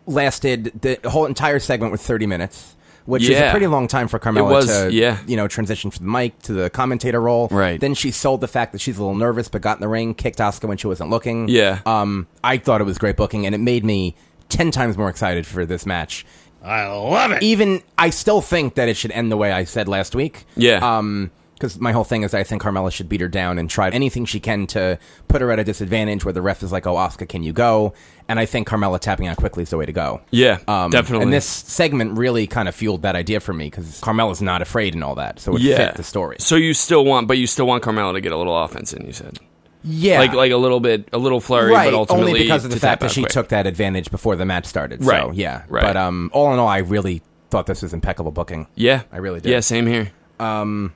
lasted the whole entire segment was thirty minutes. Which is Yeah. a pretty long time for Carmella was, to, yeah. you know, transition from the mic to the commentator role. Right. Then she sold the fact that she's a little nervous, but got in the ring, kicked Asuka when she wasn't looking. Yeah. Um, I thought it was great booking, and it made me ten times more excited for this match. I love it. Even I still think that it should end the way I said last week. Yeah. Um, because my whole thing is I think Carmella should beat her down and try anything she can to put her at a disadvantage where the ref is like, "Oh, Oscar, can you go?" And I think Carmella tapping out quickly is the way to go. Um, Yeah, definitely. And this segment really kind of fueled that idea for me because Carmella's not afraid and all that, so it yeah, fit the story. So you still want, but you still want Carmella to get a little offense in. You said, Yeah. like like a little bit, a little flurry, right, but ultimately only because of the to tap fact that out she quick. took that advantage before the match started. So Right, yeah, right. But um, all in all, I really thought this was impeccable booking. Yeah, I really did. Yeah, same here. Um,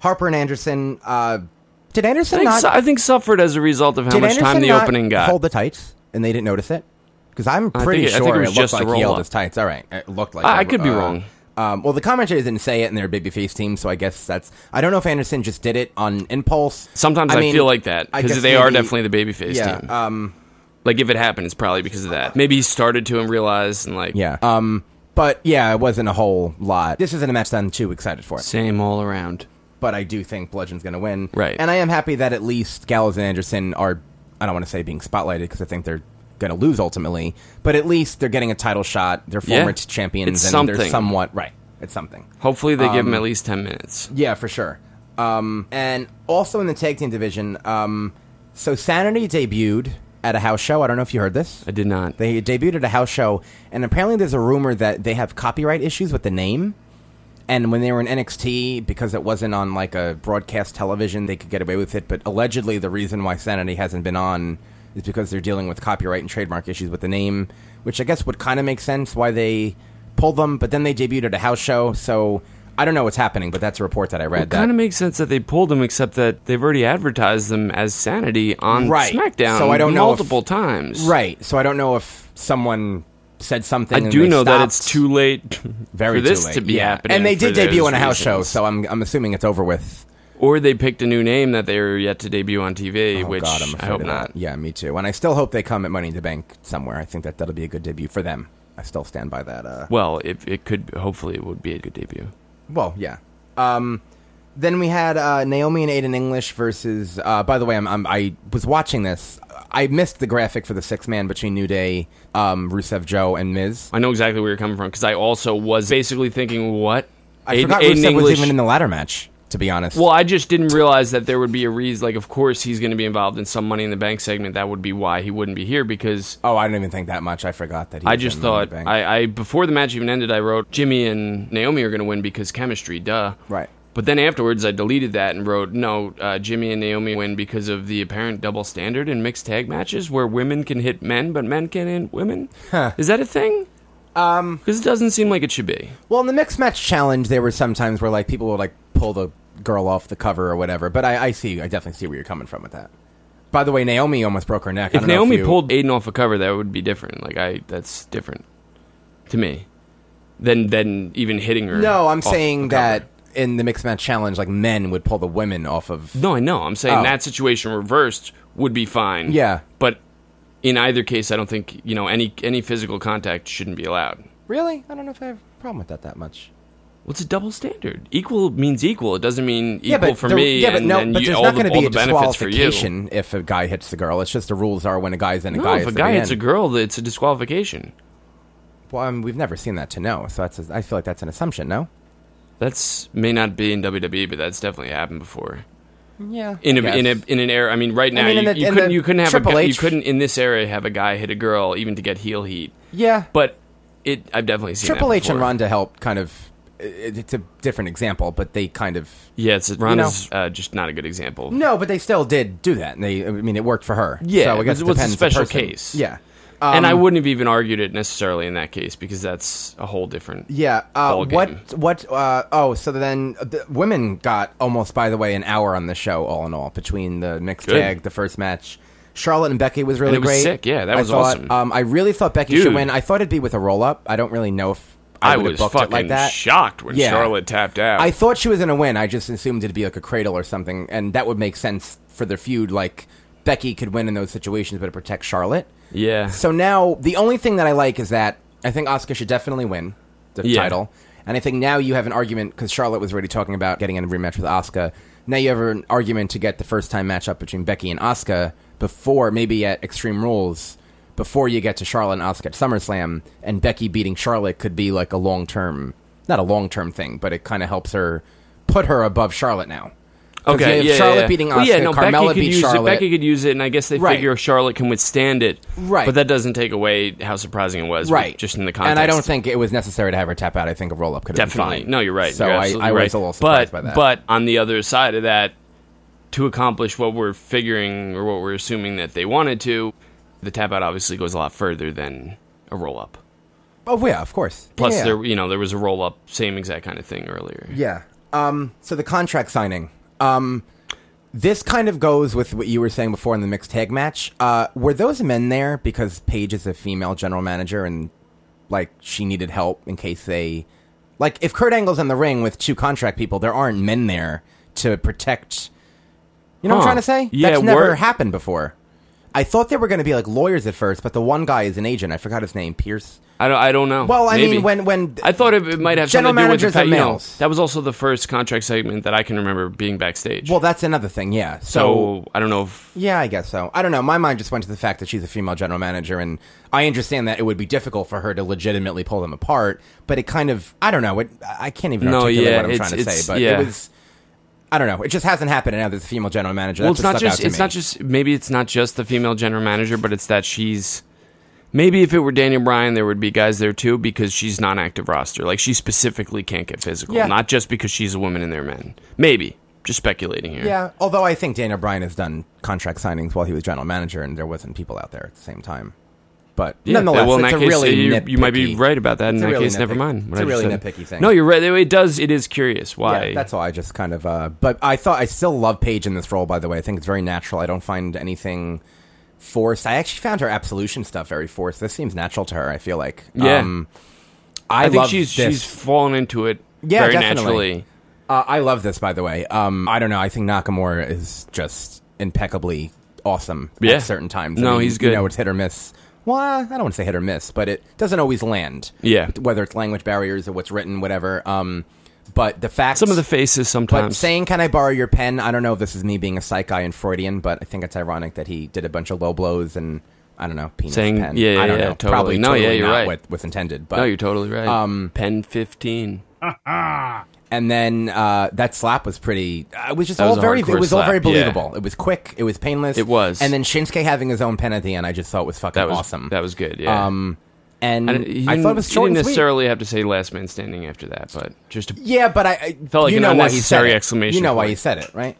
Harper and Anderson. Uh, did Anderson I think, not? su- I think suffered as a result of uh, how did much Anderson time the not opening got. hold the tights, and they didn't notice it? Because I'm I pretty think it- I sure think it was looked just a like he roll-up. held his tights. All right, it looked like I- a- I could be uh, wrong. Um, well, the commentators didn't say it in their babyface team, so I guess that's. I don't know if Anderson just did it on impulse. Sometimes I, mean, feel like that I because guess they are maybe- definitely the babyface yeah, team. Um, like if it happened, it's probably because of that. Maybe he started to and realized, and like yeah. Um, but yeah, it wasn't a whole lot. This isn't a match that I'm too excited for. same all around. but I do think Bludgeon's going to win. Right. And I am happy that at least Gallows and Anderson are, I don't want to say being spotlighted because I think they're going to lose ultimately, but at least they're getting a title shot. They're Yeah. former t- champions It's and they're something. somewhat, right. It's something. Hopefully, they give him Um, at least ten minutes. Yeah, for sure. Um, and also in the tag team division, um, so Sanity debuted at a house show. I don't know if you heard this. I did not. They debuted at a house show, and apparently there's a rumor that they have copyright issues with the name. And when they were in NXT, because it wasn't on like a broadcast television, they could get away with it. But allegedly, the reason why Sanity hasn't been on is because they're dealing with copyright and trademark issues with the name, which I guess would kind of make sense why they pulled them. But then they debuted at a house show, so I don't know what's happening. But that's a report that I read. It that kind of makes sense that they pulled them, except that they've already advertised them as Sanity on Right. SmackDown So I don't know if- multiple times. right. So I don't know if someone said something. I and do they know that it's stopped. too late for very this too late. to be yeah. happening. And they for did debut those on a house show, reasons. so I'm I'm assuming it's over with. Or they picked a new name that they were yet to debut on TV, Oh which God, I'm I afraid hope of not. that. Yeah, me too. And I still hope they come at Money in the Bank somewhere. I think that that'll be a good debut for them. I still stand by that. Uh, Well, it, it could hopefully it would be a good debut. well, yeah. Um, then we had uh, Naomi and Aiden English versus. Uh, by the way, I'm, I'm I was watching this. I missed the graphic for the six man between New Day, um, Rusev Joe, and Miz. I know exactly where you're coming from because I also was basically thinking, what? I Aiden- forgot Aiden Rusev was English- even in the ladder match. To be honest, Well, I just didn't realize that there would be a reason. Like, of course, he's going to be involved in some Money in the Bank segment. That would be why he wouldn't be here because oh, I didn't even think that much. I forgot that. He I was just in Money in thought the Bank. I, I before the match even ended, I wrote Jimmy and Naomi are going to win because chemistry, duh. right. But then afterwards, I deleted that and wrote, no, uh, Jimmy and Naomi win because of the apparent double standard in mixed tag matches where women can hit men, but men can hit women. Is that a thing? Um, because it doesn't seem like it should be. Well, in the mixed match challenge, there were some times where like people would like pull the girl off the cover or whatever. But I, I see, I definitely see where you're coming from with that. By the way, Naomi almost broke her neck. I If don't know Naomi you- pulled Aiden off a cover, that would be different. Like I, that's different to me than than even hitting her. no, I'm off a saying cover. that in the mixed match challenge, like men would pull the women off of. No, I know. I'm saying Oh. that situation reversed would be fine. Yeah. But in either case, I don't think you know any any physical contact shouldn't be allowed. Really, I don't know if I have a problem with that that much. What's a double standard? Equal means equal. It doesn't mean equal for me. and then you, all the, gonna all the benefits for you. if a guy hits the girl. It's just the rules are when a guy's in a No, guy. if is a the guy man. hits a girl, it's a disqualification. Well, I mean, we've never seen that to know, so that's a, I feel like that's an assumption. No. That's may not be in WWE, but that's definitely happened before. Yeah. In a, I in a guess. in an era, I mean, right I now mean, in you, the- you in couldn't the you couldn't have Triple a guy, you H couldn't in this era have a guy hit a girl even to get heel heat. Yeah. But it I've definitely seen Triple that H and before. Ronda help kind of. it- It's a different example, but they kind of. Yeah, it's you know. Ronda's uh, just not a good example. No, but they still did do that. and They, I mean, it worked for her. Yeah, so I guess it it was a depends the special person. case. Yeah, and I Um, wouldn't have even argued it necessarily in that case because that's a whole different. Yeah. Uh, ballgame. what? What? Uh, oh, so then uh, the women got almost, by the way, an hour on the show, all in all, between the mixed Good. tag, the first match. Charlotte and Becky was really it was great. sick. Yeah, that I was thought- awesome. Um, I really thought Becky Dude. should win. I thought it'd be with a roll up. I don't really know if I, I would've was booked fucking it like that. shocked when Yeah. Charlotte tapped out. I thought she was gonna win. I just assumed it'd be like a cradle or something, and that would make sense for their feud. Like Becky could win in those situations, but it protects Charlotte. yeah. So now the only thing that I like is that I think Oscar should definitely win the Yeah. title, and I think now you have an argument because Charlotte was already talking about getting in a rematch with Oscar. Now you have an argument to get the first time matchup between Becky and Oscar before maybe at Extreme Rules before you get to Charlotte and Oscar at SummerSlam, and Becky beating Charlotte could be like a long term, not a long term thing, but it kind of helps her put her above Charlotte now. 'Cause you Okay. have Yeah, Charlotte yeah. beating Oscar, Well, yeah, no, Carmella Becky could beat use Charlotte. It. Becky could use it, and I guess they Right. figure Charlotte can withstand it. Right. But that doesn't take away how surprising it was. right? Just in the context. and I don't think it was necessary to have her tap out. I think a roll up could have definitely. been fine. No, you're right. So You're I, absolutely I right. was a little surprised but, by that. But on the other side of that, to accomplish what we're figuring or what we're assuming that they wanted to, the tap out obviously goes a lot further than a roll up. oh yeah, of course. Plus, yeah. there you know there was a roll up, same exact kind of thing earlier. Yeah. Um. So the contract signing. Um. This kind of goes with what you were saying before in the mixed tag match. Uh, were those men there because Paige is a female general manager and like she needed help in case they like if Kurt Angle's in the ring with two contract people, there aren't men there to protect. You know what Huh. I'm trying to say? Yeah, That's never we're- happened before. I thought they were going to be like lawyers at first, but the one guy is an agent. I forgot his name, Pierce. I don't. I don't know. Well, I Maybe. mean, when when I thought it, it might have General something to do with the managers fact, and you know, males. that was also the first contract segment that I can remember being backstage. well, that's another thing. Yeah. so, I don't know if Yeah, I guess so. I don't know. My mind just went to the fact that she's a female general manager, and I understand that it would be difficult for her to legitimately pull them apart. But it kind of, I don't know. It, I can't even No, articulate yeah, what I'm it's- trying to it's- say. But yeah. it was, I don't know. It just hasn't happened. And now there's a female general manager. well, That's it's not stuck out just to it's me. not just maybe it's not just the female general manager, but it's that she's maybe if it were Daniel Bryan, there would be guys there too because she's non-active roster. Like she specifically can't get physical, Yeah. not just because she's a woman and they're men. Maybe just speculating here. Yeah, although I think Dana Bryan has done contract signings while he was general manager, and there wasn't people out there at the same time. But Yeah, nonetheless, well, in it's that a case, really you, you might be nitpicky- right about that. In it's a that really case, never nitpick- mind. what It's a I just really said. nitpicky thing. No, you're right. It does. It is curious why. Yeah, that's all. I just kind of. Uh, but I thought I still love Paige in this role. By the way, I think it's very natural. I don't find anything forced. I actually found her absolution stuff very forced. This seems natural to her. I feel like. Um, Yeah. I, I, think love she's this. she's fallen into it Yeah, very definitely. naturally. Uh, I love this, by the way. Um, I don't know. I think Nakamura is just impeccably awesome Yeah. at certain times. No, I mean, he's good. You know, it's hit or miss. Well, I don't want to say hit or miss, but it doesn't always land. Yeah. Whether it's language barriers or what's written, whatever. Um, but the fact Some of the faces But sometimes. saying, "Can I borrow your pen?" I don't know if this is me being a psych guy and Freudian, but I think it's ironic that he did a bunch of low blows and I don't know penis Saying- pen. yeah, yeah, I don't yeah, know. totally. Probably No, yeah, totally you're not right. What was intended, but no, you're totally right. Um, Pen fifteen. and then uh, that slap was pretty. uh, It was just That all was a very. It hardcore was all very slap, yeah. believable. It was quick. It was painless. It was. And then Shinsuke having his own pen at the end, I just thought was fucking That was awesome. That was good. Yeah. Um, and I, I, didn't- you thought it was didn't- short you didn't and sweet. necessarily have to say last man standing after that, but just to, Yeah, but I, I Felt like you an know why he said unnecessary it. exclamation You know why point. he said it, right?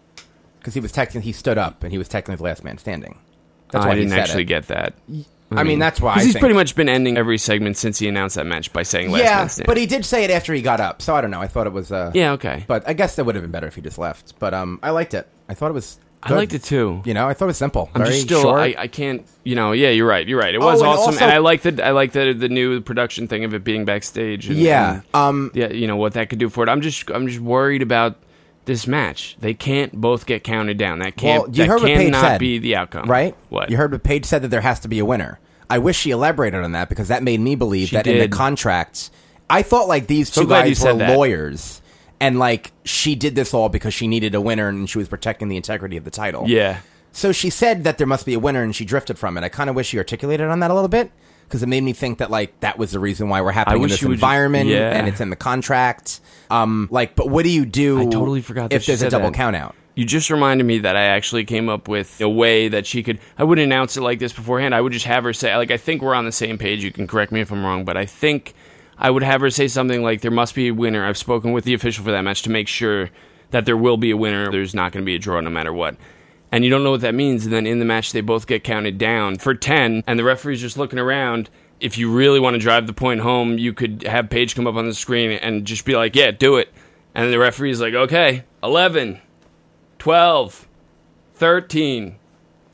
Because he was technically he stood up and he was technically the last man standing. That's why I he didn't said actually it. get that. I mean, that's why I Because Mm. he's think- pretty much been ending every segment since he announced that match by saying last yeah, man standing. but he did say it after he got up, so I don't know. I thought it was uh, Yeah, okay. But I guess that would have been better if he just left. But um, I liked it. I thought it was. I good. liked it too. You know, I thought it was simple. I'm very just still short. Oh, I, I can't you know yeah you're right you're right it was and awesome also- and I like the I like the the new production thing of it being backstage and, Yeah, and, um, yeah you know what that could do for it I'm just I'm just worried about this match they can't both get counted down that can't Well, you that heard what Paige cannot said, be the outcome right? what you heard what Paige said that there has to be a winner. I wish she elaborated on that because that made me believe She that in the did. contract I thought like these So two glad you guys were said that. lawyers, and like she did this all because she needed a winner and she was protecting the integrity of the title. Yeah. So she said that there must be a winner, and she drifted from it. I kind of wish she articulated on that a little bit because it made me think that like that was the reason why we're happening in wish this she would just- environment, yeah. and it's in the contract. Um, like, but what do you do? I totally forgot that if she there's a said double that. count out. You just reminded me that I actually came up with a way that she could. I wouldn't announce it like this beforehand. I would just have her say, like, I think we're on the same page. You can correct me if I'm wrong, but I think I would have her say something like, there must be a winner. I've spoken with the official for that match to make sure that there will be a winner. There's not going to be a draw no matter what. And you don't know what that means. And then in the match, they both get counted down for 10, and the referee's just looking around. If you really want to drive the point home, you could have Paige come up on the screen and just be like, yeah, do it. And the referee's like, okay, 11, 12, 13,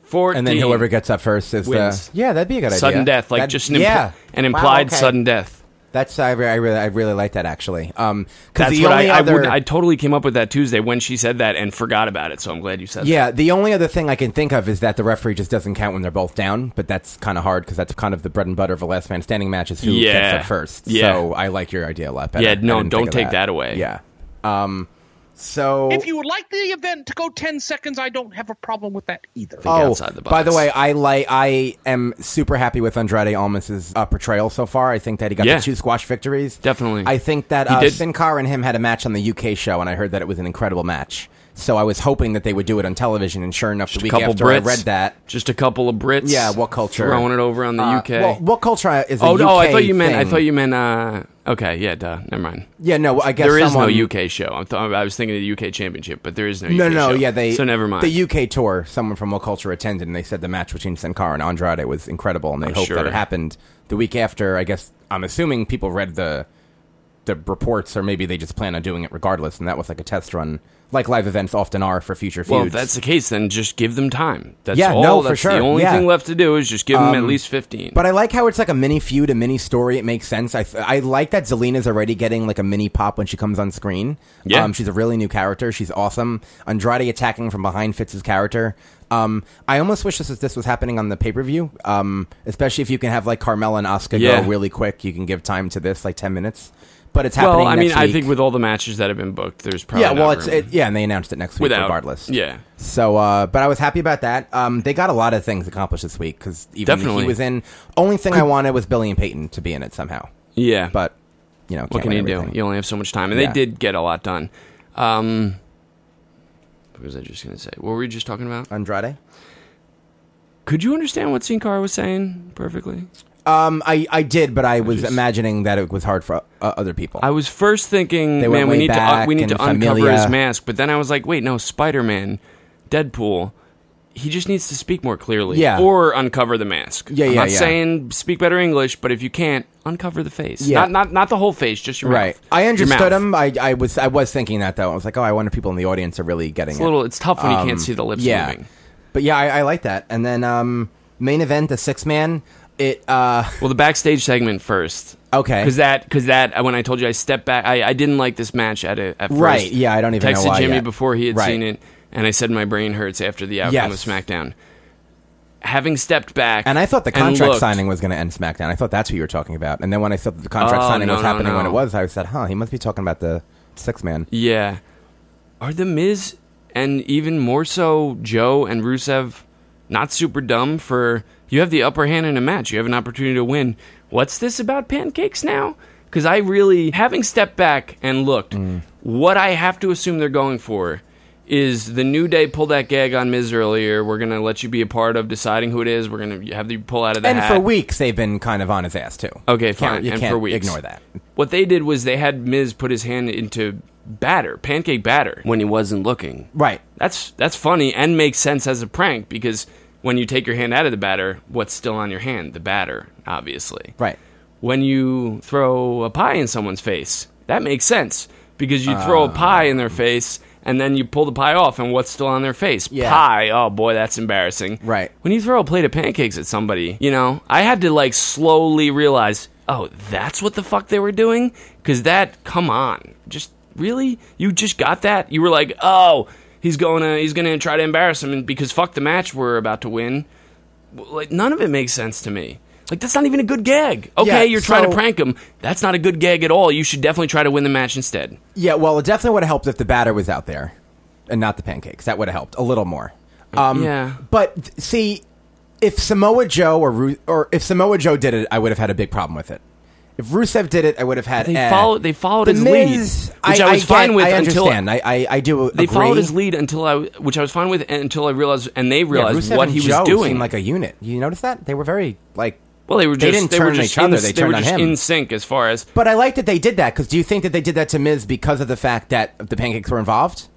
14. And then whoever gets up first is wins. the yeah. That'd be a good idea. Sudden death, like That- just an, impl- yeah. an Wow, implied okay. sudden death. That's I, re- I really I really like that actually. Um, 'cause That's the what I, only I, other, would, I totally came up with that Tuesday when she said that and forgot about it. So I'm glad you said that. Yeah, the only other thing I can think of is that the referee just doesn't count when they're both down, but that's kind of hard because that's kind of the bread and butter of a last man standing match is who Yeah. gets up first. Yeah. So I like your idea a lot better. Yeah, I no, didn't don't think of take that away. Yeah. Um, so. If you would like the event to go 10 seconds, I don't have a problem with that either. Oh, by the way, I like. I am super happy with Andrade Almas's uh, portrayal so far. I think that he got Yeah. the two squash victories. Definitely. I think that He uh, did. Sin Cara and him had a match on the UK show, and I heard that it was an incredible match. So I was hoping that they would do it on television, and sure enough, the a week couple after Brits. I read that, Just a couple of Brits. Yeah, what culture? Throwing it over on the Uh, UK. Well, what culture is? A oh, UK no, I thought you meant. I thing. thought you meant. Uh, okay, yeah, duh. Never mind. Yeah, no, I guess There is someone- no UK show. I'm th- I was thinking of the UK Championship, but there is no. UK No, no, show. yeah, they. So never mind. The UK tour, someone from What Culture attended, and they said the match between Sankara and Andrade was incredible, and they I'm hope sure. that it happened the week after. I guess I'm assuming people read the the reports, or maybe they just plan on doing it regardless, and that was like a test run, like live events often are for future well, if feuds. that's the case, then just give them time. That's Yeah, all. no, for that's sure, The only yeah. thing left to do is just give them at Um, least fifteen. But I like how it's like a mini feud, a mini story. It makes sense. I I like that Zelina's already getting like a mini pop when she comes on screen. Yeah. um, she's a really new character. She's awesome. Andrade attacking from behind fits his character. Um, I almost wish this was, this was happening on the pay per view. Um, especially if you can have like Carmella and Asuka Yeah. go really quick. You can give time to this like ten minutes. But it's happening. well, I mean, next I week. think with all the matches that have been booked, there's probably yeah. Well, not it's room. it, yeah, and they announced it next week Without- regardless. yeah. So, uh, but I was happy about that. Um, they got a lot of things accomplished this week because even Definitely. he was in. Only thing I wanted was Billy and Peyton to be in it somehow. yeah. But you know, what can't can win you everything. do? You only have so much time, and Yeah. they did get a lot done. Um, what was I just gonna say? What were we just talking about? Andrade. Could you understand what Sinkar was saying perfectly? Um, I I did, but I was just- imagining that it was hard for uh, other people. I was first thinking, They went man, we way need to back we need and to uncover Familia. his mask. But then I was like, wait, no, Spider Man, Deadpool. He just needs to speak more clearly, Yeah. or uncover the mask. Yeah, I'm yeah, not yeah. saying speak better English, but if you can't, uncover the face. Yeah. Not not not the whole face, just your right. mouth. I Your understood mouth. him. I, I was I was thinking that though. I was like, oh, I wonder if people in the audience are really getting It's it. a little. It's tough when you Um, can't see the lips yeah. moving. But yeah, I, I like that. And then um, main event, the six man. It uh, Well, the backstage segment first. Okay. Because that, because that, uh, when I told you I stepped back, I, I didn't like this match at a, at first. Right, yeah, I don't even know Texted why Jimmy yet. before he had Right. seen it, and I said my brain hurts after the outcome Yes. of SmackDown. Having stepped back, And I thought the contract looked- signing was going to end SmackDown. I thought that's what you were talking about. And then when I thought that the contract Oh, signing no, was no, happening when no. it was, I said, huh, he must be talking about the six man. Yeah. Are the Miz and even more so Joe and Rusev not super dumb for you have the upper hand in a match. You have an opportunity to win. What's this about pancakes now? Cuz I really having stepped back and looked, Mm. what I have to assume they're going for is the New Day pull that gag on Miz earlier. We're going to let you be a part of deciding who it is. We're going to have you pull out of that And for weeks, they've been kind of on his ass, too. Okay, You fine. Can't, you and can't for weeks. ignore that. What they did was they had Miz put his hand into batter, pancake batter, when he wasn't looking. Right. That's that's funny and makes sense as a prank because when you take your hand out of the batter, what's still on your hand? The batter, obviously. Right. When you throw a pie in someone's face, that makes sense because you throw a Ah. pie in their face and then you pull the pie off and what's still on their face? Yeah. Pie. Oh boy, that's embarrassing. Right. When you throw a plate of pancakes at somebody, you know, I had to like slowly realize, oh, that's what the fuck they were doing? Because that, come on. Just really? You just got that? You were like, oh, he's going to, he's going to try to embarrass him and- because fuck the match we're about to win. Well, Like, none of it makes sense to me. Like that's not even a good gag. Okay, Yeah, you're trying so- to prank him. That's not a good gag at all. You should definitely try to win the match instead. Yeah, well, it definitely would have helped if the batter was out there and not the pancakes. That would have helped a little more. Um, Yeah. But th- see, if Samoa Joe or Ru- or if Samoa Joe did it, I would have had a big problem with it. If Rusev did it, I would have had. They eh. followed. They followed The his Miz, lead, which I, was get- fine with I until understand. I, I I do. they agree. followed his lead until I, which I was fine with until I realized, and they Yeah, realized Rusev what and he Joe was doing. Seemed like a unit. You notice that they were very like. well, they were just didn't were turn on just each other. In, they were turned on just him. in sync as far as But I like that they did that because do you think that they did that to Miz because of the fact that the pancakes were involved?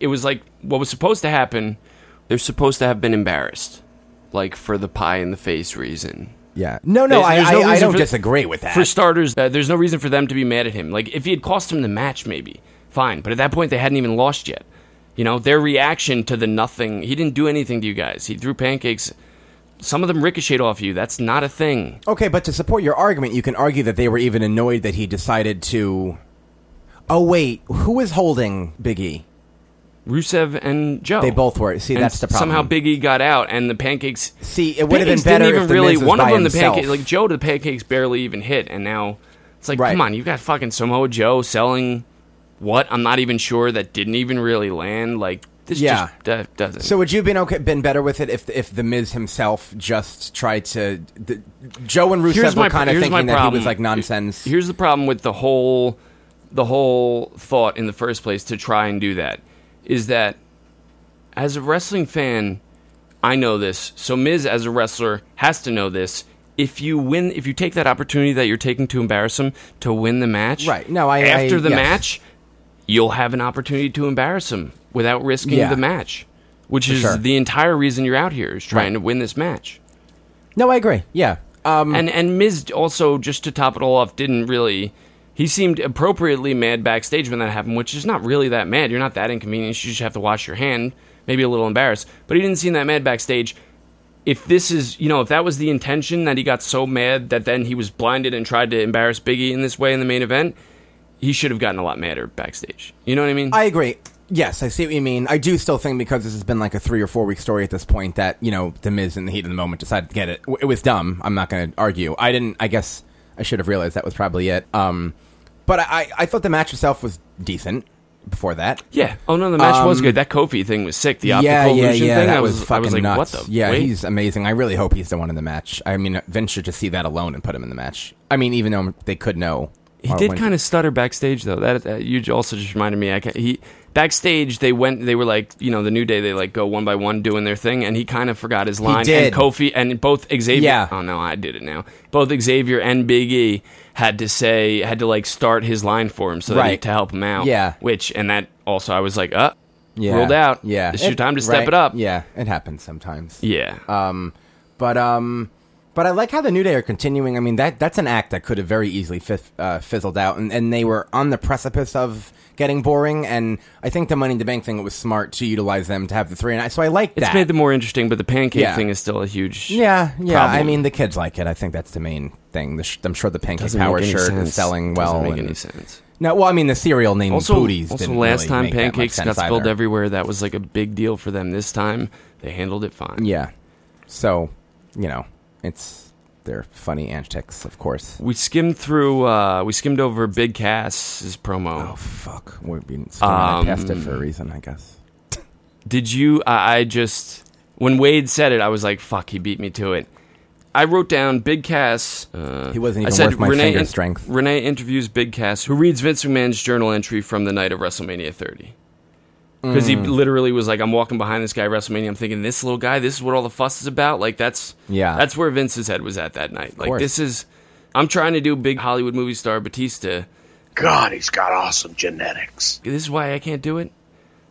it was like what was supposed to happen. They're supposed to have been embarrassed, like for the pie in the face reason. Yeah. No, Oh, no, There's- I, there's no I, I reason don't for- disagree with that. For starters, uh, there's no reason for them to be mad at him. Like if he had cost him the match, maybe fine. But at that point, they hadn't even lost yet. You know, their reaction to the nothing. He didn't do anything to you guys. He threw pancakes. Some of them ricocheted off you. That's not a thing. okay, but to support your argument, you can argue that they were even annoyed that he decided to. Oh wait, who is holding E? Biggie? Rusev and Joe. They both were. See, And that's the problem. Somehow Biggie got out, and the pancakes. See, it would've been Pancakes better Didn't even if the really. Miz was one by of them, the himself. pancake, like Joe, to the pancakes barely even hit, and now it's like, Right. come on, you got fucking Samoa Joe selling what? I'm not even sure that didn't even really land. Like this Yeah. just do- doesn't. So would you have been okay, been better with it if if the Miz himself just tried to the, Joe and Rusev were kind of here's thinking that he problem. was like nonsense. Here's the problem with the whole the whole thought in the first place to try and do that is that as a wrestling fan, I know this. So Miz as a wrestler has to know this. If you win, if you take that opportunity that you're taking to embarrass him to win the match, Right. No, I- I- after the yes. match, you'll have an opportunity to embarrass him without risking Yeah. the match, which is sure. the entire reason you're out here is trying Right. to win this match. No, I agree. Yeah. Um, And and Miz also just to top it all off didn't really. He seemed appropriately mad backstage when that happened, which is not really that mad. You're not that inconvenienced. You just have to wash your hand, maybe a little embarrassed. But he didn't seem that mad backstage. If this is, you know, if that was the intention that he got so mad that then he was blinded and tried to embarrass Biggie in this way in the main event, he should have gotten a lot madder backstage. You know what I mean? I agree. Yes, I see what you mean. I do still think because this has been like a three or four week story at this point that you know the Miz in the heat of the moment decided to get it. W- It was dumb. I'm not going to argue. I didn't. I guess I should have realized that was probably it. Um, but I, I, I thought the match itself was decent before that. yeah. Oh no, the match was Um, good. That Kofi thing was sick. The optical illusion thing. That I was, fucking I was like, nuts. what the? yeah, wait? he's amazing. I really hope he's the one in the match. I mean, Vince should just see that alone and put him in the match. I mean, even though they could know. He did kind of stutter backstage though. That, that you also just reminded me. I ca he backstage they went. They were like you know the new day. They like go one by one doing their thing, and he kind of forgot his line. did. And Kofi and both Xavier. Yeah. Oh no, I did it now. Both Xavier and Big E had to say had to like start his line for him so that he, Right. to help him out. Yeah. Which and that also I was like uh Yeah. ruled out. Yeah. It's your It- time to step right. it up. Yeah, it happens sometimes. Yeah. Um, but um, but I like how the New Day are continuing. I mean, that that's an act that could have very easily fizz, uh, fizzled out, and, and they were on the precipice of getting boring. And I think the Money in the Bank thing it was smart to utilize them to have the three. And I, so I like It's that. made them more interesting, but the pancake Yeah. thing is still a huge. yeah, yeah. I problem. mean, the kids like it. I think that's the main thing. The sh- I'm sure the Pancake Doesn't Power make any shirt sense. is selling Doesn't well. make and- any sense. No, well, I mean, the cereal named also, Mm, Booties. also didn't last really time make that much pancakes got sense spilled either. everywhere. That was like a big deal for them. This time they handled it fine. Yeah. So, you know, it's they're funny antics, of course. We skimmed through. Uh, we skimmed over Big Cass's promo. Oh fuck, we've been skimming Um, past it for a reason, I guess. Did you? I, I just when Wade said it, I was like, "Fuck!" He beat me to it. I wrote down Big Cass. Uh, He wasn't I even said worth my Renee finger in- strength. Renee interviews Big Cass, who reads Vince McMahon's journal entry from the night of WrestleMania 30. Because he Mm. literally was like, "I'm walking behind this guy at WrestleMania. I'm thinking, this little guy. This is what all the fuss is about. Like that's Yeah. that's where Vince's head was at that night. Like course. this is, I'm trying to do big Hollywood movie star Batista. God, he's got awesome genetics. This is why I can't do it.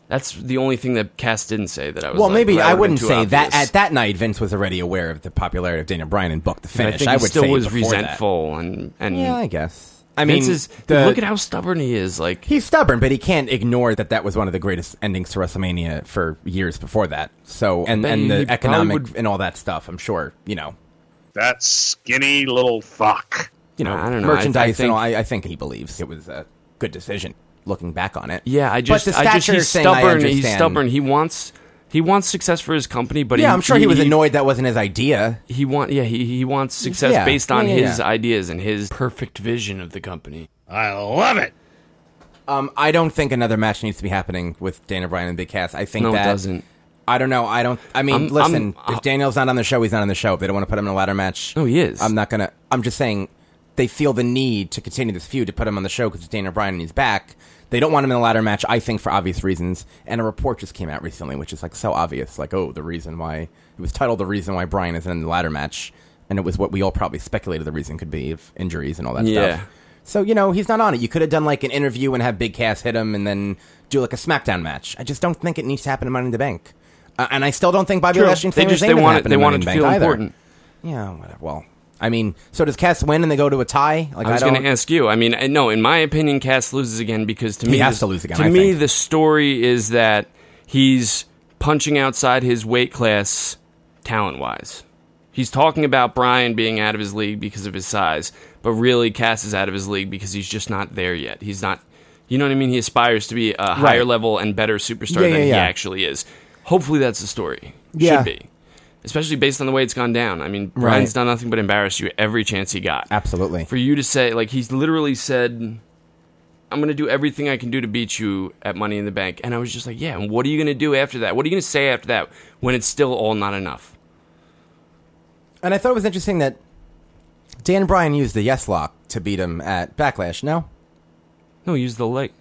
That's the only thing that Cass didn't say that I was. Well, like, maybe that I would've been wouldn't too say that obvious. at that night. Vince was already aware of the popularity of Daniel Bryan and booked the And finish. I think he would still say was before that. resentful and and Yeah, I guess. I mean, Vince is, the- look at how stubborn he is. Like He's stubborn, but he can't ignore that that was one of the greatest endings to WrestleMania for years before that. So, and, bet he- and he the probably economic would- and all that stuff, I'm sure, you know, That skinny little fuck. you know, I don't know. I- merchandise I think- and all. I, I think he believes it was a good decision. Looking back on it, yeah, I But just the I just stature he's thing, I stubborn. He's understand. stubborn. He wants He wants success for his company, but yeah, he, I'm sure he, was annoyed that wasn't his idea. He want yeah he, he wants success Yeah. based on Yeah, yeah, his yeah. ideas and his perfect vision of the company. I love it. Um, I don't think another match needs to be happening with Dana Bryan and Big Cass. I think No, it that doesn't. I don't know. I don't. I mean, I'm- listen. I'm- if Daniel's not on the show, he's not on the show. If they don't want to put him in a ladder match, no, he is. I'm not gonna. I'm just saying they feel the need to continue this feud to put him on the show because it's Dana Bryan and he's back. They don't want him in a ladder match. I think for obvious reasons. And a report just came out recently, which is like so obvious. Like, oh, the reason why it was titled "The Reason Why Bryan Isn't in the Ladder Match," and it was what we all probably speculated the reason could be of injuries and all that Yeah. stuff. So you know he's not on it. You could have done like an interview and have Big Cass hit him, and then do like a SmackDown match. I just don't think it needs to happen in Money in the Bank, uh, and I still don't think Bobby True. Lashley. and They Sami just- Zayn they would want it- happen they in want it Money in to the feel Bank either. important. Yeah, whatever. Well, I mean, so does Cass win and they go to a tie? Like I was don't. going to ask you. I mean, I- no, in my opinion, Cass loses again because to He me has this- to lose again, To I me, think. the story is that he's punching outside his weight class, talent wise. He's talking about Brian being out of his league because of his size, but really Cass is out of his league because he's just not there yet. He's not. You know what I mean? He aspires to be a higher level and better superstar Yeah, than yeah, he yeah. actually is. Hopefully, that's the story. Yeah. Should be. Especially based on the way it's gone down. I mean, Brian's Right. done nothing but embarrass you every chance he got Absolutely. for you to say like he's literally said i'm going to do everything i can do to beat you at money in the bank and i was just like yeah and what are you going to do after that what are you going to say after that when it's still all not enough And I thought it was interesting that Dan Bryan used the Yes Lock to beat him at Backlash. No, no use the leg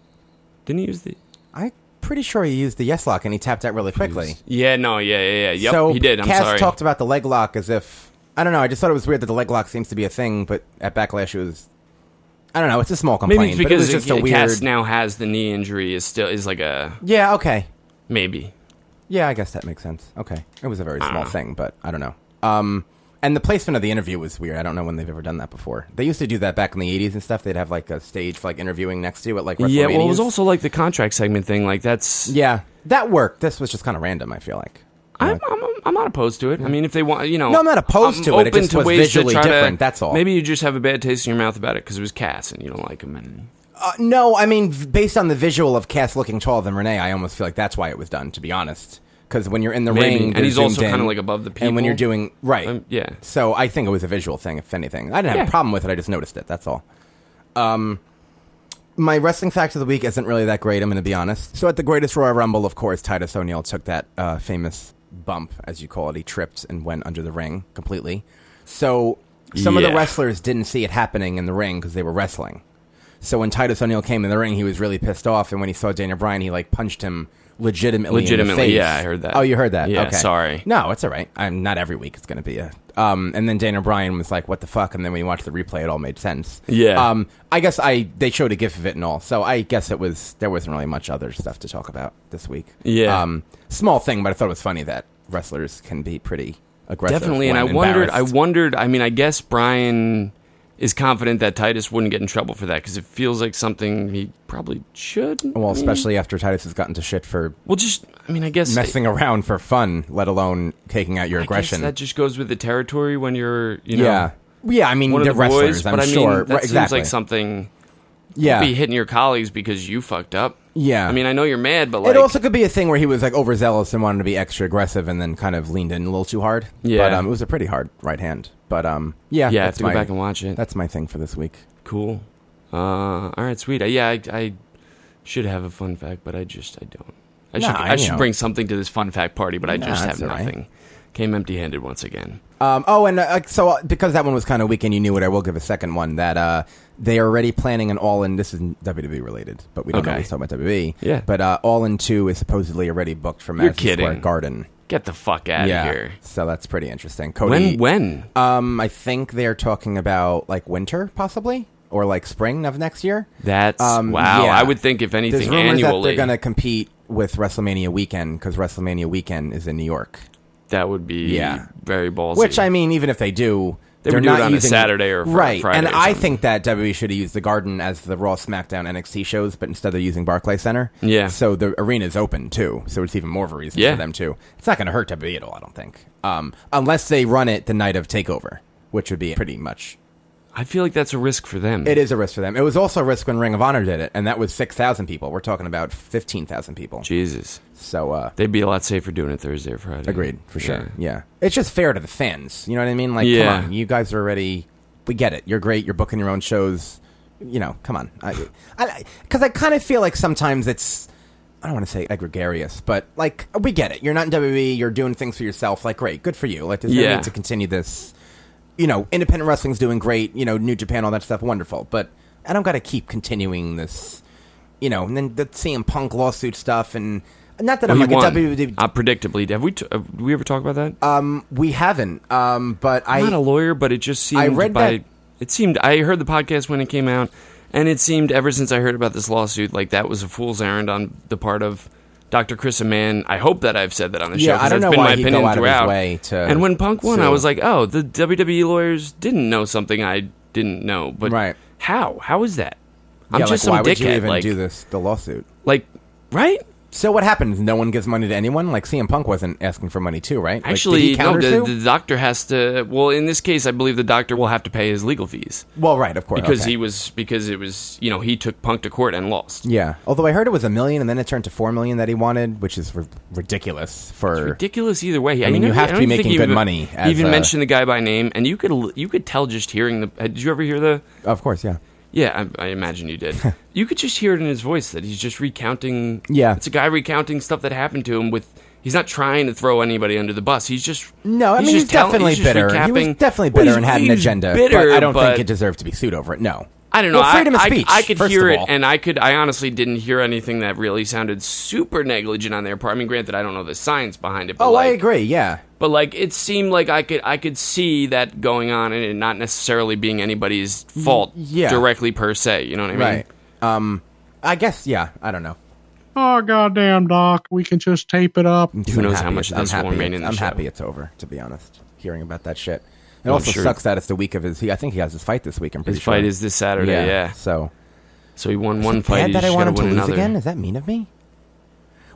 didn't he use the I'm pretty sure he used the Yes Lock and he tapped out really quickly. yeah no yeah yeah yeah yep so he did i'm Cass sorry talked about the leg lock as if I don't know. I just thought it was weird that the leg lock seems to be a thing, but at Backlash it was. I don't know. It's a small complaint, maybe it's but it was because just it- a weird. Cass now has the knee injury is still is like a yeah. Okay. maybe Yeah, I guess that makes sense. Okay, it was a very I don't small know. thing, but I don't know. Um, and the placement of the interview was weird. I don't know when they've ever done that before. They used to do that back in the '80s and stuff. They'd have like a stage like interviewing next to you at like yeah well it was WrestleManias. also like the contract segment thing like that's yeah that worked. This was just kind of random. I feel like. I'm, I'm, I'm not opposed to it. I mean, if they want, you know, No, I'm not opposed to it. It just was ways visually try to- different, that's all. Maybe you just have a bad taste in your mouth about it because it was Cass and you don't like him. And Uh, no, I mean, v- based on the visual of Cass looking taller than Renee, I almost feel like that's why it was done. To be honest, because when you're in the Maybe. ring, And they're he's also zoomed in, kinda, like, above the And when you're people. doing right, Um, yeah. So I think it was a visual thing, if anything. I didn't have Yeah. a problem with it. I just noticed it. That's all. Um, my wrestling fact of the week isn't really that great. I'm going to be honest. So at the Greatest Royal Rumble, of course, Titus O'Neil took that uh, famous bump, as you call it. He tripped and went under the ring completely. So some of the Yeah. wrestlers didn't see it happening in the ring because they were wrestling. So when Titus O'Neil came in the ring, he was really pissed off, and when he saw Daniel Bryan, he like punched him legitimately. in the Legitimately, face. yeah, I heard that. Oh, you heard that? Yeah, okay. sorry. No, it's all right. I'm not every week. It's going to be a. Um, and then Daniel Bryan was like, "What the fuck?" And then when you watch the replay, it all made sense. Yeah. Um, I guess I they showed a gif of it and all, so I guess it was there wasn't really much other stuff to talk about this week. Yeah. Um, small thing, but I thought it was funny that wrestlers can be pretty aggressive. definitely. And I when wondered, I embarrassed. wondered, I mean, I guess Brian is confident that Titus wouldn't get in trouble for that because it feels like something he probably should. Well, especially after Titus has gotten to shit for Well, just, I mean, I guess. messing around for fun, let alone taking out your I guess aggression. that just goes with the territory when you're, you know. yeah. Yeah, I mean, one of they're the boys, wrestlers, but I'm I mean, sure. that Right, seems exactly. like something. Don't Yeah. be hitting your colleagues because you fucked up. Yeah. I mean, I know you're mad, but like, it also could be a thing where he was like overzealous and wanted to be extra aggressive and then kind of leaned in a little too hard. Yeah. But um, it was a pretty hard right hand. But um, yeah. yeah, I have that's to go my- back and watch it. That's my thing for this week. Cool. Uh, all right, sweet. Uh, Yeah, I, I should have a fun fact, but I just I don't. I Nah, should I I should know. bring something to this fun fact party, but I Nah, just have that's all right. nothing. Came empty-handed once again. Um, oh, and uh, like, so uh, because that one was kind of weak and you knew it, I will give a second one that uh, they are already planning an all in. This is WWE E related, but we don't Okay. always talk about WWE. Yeah. But uh, All In 2 is supposedly already booked for You're Madison Square kidding. Garden. Get the fuck out of yeah. here. So that's pretty interesting. Cody. When? When? Um, I think they're talking about like winter, possibly, or like spring of next year. That's Um, wow. yeah. I would think if anything There's rumors that annually, they're going to compete with WrestleMania weekend because WrestleMania weekend is in New York. that would be Yeah. very ballsy. Which I mean, even if they do, They are would do it not on a using, Saturday or fr- right. Friday and or I something. think that WWE should have used the Garden as the Raw, SmackDown, NXT shows, but instead they're using Barclay Center. Yeah. So the arena's open too, so it's even more of a reason Yeah. for them too. It's not going to hurt E WWE at all, I don't think, um, unless they run it the night of Takeover, which would be pretty much I feel like that's a risk for them. It is a risk for them. It was also a risk when Ring of Honor did it, and that was 6,000 people. We're talking about 15,000 people. Jesus. So, uh, They'd be a lot safer doing it Thursday or Friday. Agreed, for sure. Yeah. It's just fair to the fans. You know what I mean? Like, Yeah. come on. You guys are already. We get it. You're great. You're booking your own shows. You know, come on. Because I, I, 'cause I kind of feel like sometimes it's. I don't want to say egregious, but like we get it. You're not in WWE. You're doing things for yourself. Like, great, good for you. Like, there's no Yeah. need to continue this. You know, independent wrestling's doing great. You know, New Japan, all that stuff, wonderful. But I don't got to keep continuing this. You know, and then the CM Punk lawsuit stuff, and not that Well, I'm he like a E won. WWE. Uh, predictably, have we t- have we ever talked about that? Um, we haven't. Um, but I not a lawyer, but it just seemed. I read by, that- It seemed. I heard the podcast when it came out, and it seemed ever since I heard about this lawsuit, like that was a fool's errand on the part of Dr. Chris Aman. I hope that I've said that on the Yeah, show. 'cause I don't that's know been why my he'd go opinion out of his throughout. way to and when Punk won, I sue. was like, oh, the WWE lawyers didn't know something I didn't know. But Right. how? How is that? I'm yeah, just some like, why dickhead. would you even like, do this? The lawsuit, like, right? So what happens? No one gives money to anyone. Like CM Punk wasn't asking for money too, right? Like, did Actually, he no. countersue? The, the doctor has to. Well, in this case, I believe the doctor will have to pay his legal fees. well, right, of course, because okay. he was because it was you know he took Punk to court and lost. Yeah. Although I heard it was a million, and then it turned to four million that he wanted, which is r- ridiculous. For Ridiculous either way. I mean, never- you have to don't be think making you good even- money as even a- mention the guy by name, and you could l- you could tell just hearing the. uh, Did you ever hear the? of course, yeah. Yeah, I, I imagine you did. you could just hear it in his voice that he's just recounting. Yeah. it's a guy recounting stuff that happened to him with. He's not trying to throw anybody under the bus. He's just No, I mean he's just telling- definitely just bitter. He was recapping- definitely Well, bitter he's- and had an he's agenda. bitter, but I don't but- think it deserved to be sued over it. No, I don't know. Well, freedom I, of speech. I, I could first hear of it, all. and I could. I honestly didn't hear anything that really sounded super negligent on their part. I mean, granted, I don't know the science behind it. But oh, I like, agree. Yeah, But like, it seemed like I could. I could see that going on, and it not necessarily being anybody's fault yeah. directly per se. You know what I mean? right. Um, I guess. Yeah, I don't know. Oh goddamn, Doc, we can just tape it up. Who I'm knows how happy much it's- of this I'm will happy remain it's- in the I'm show. happy it's over, to be honest. Hearing about that shit, it Well, I'm also sure. sucks that it's the week of his. He, I think he has his fight this week. I'm pretty His sure. fight is this Saturday. Yeah. So So he won one Is it fight. Bad he's that I just want him gotta to win lose another. again. Is that mean of me?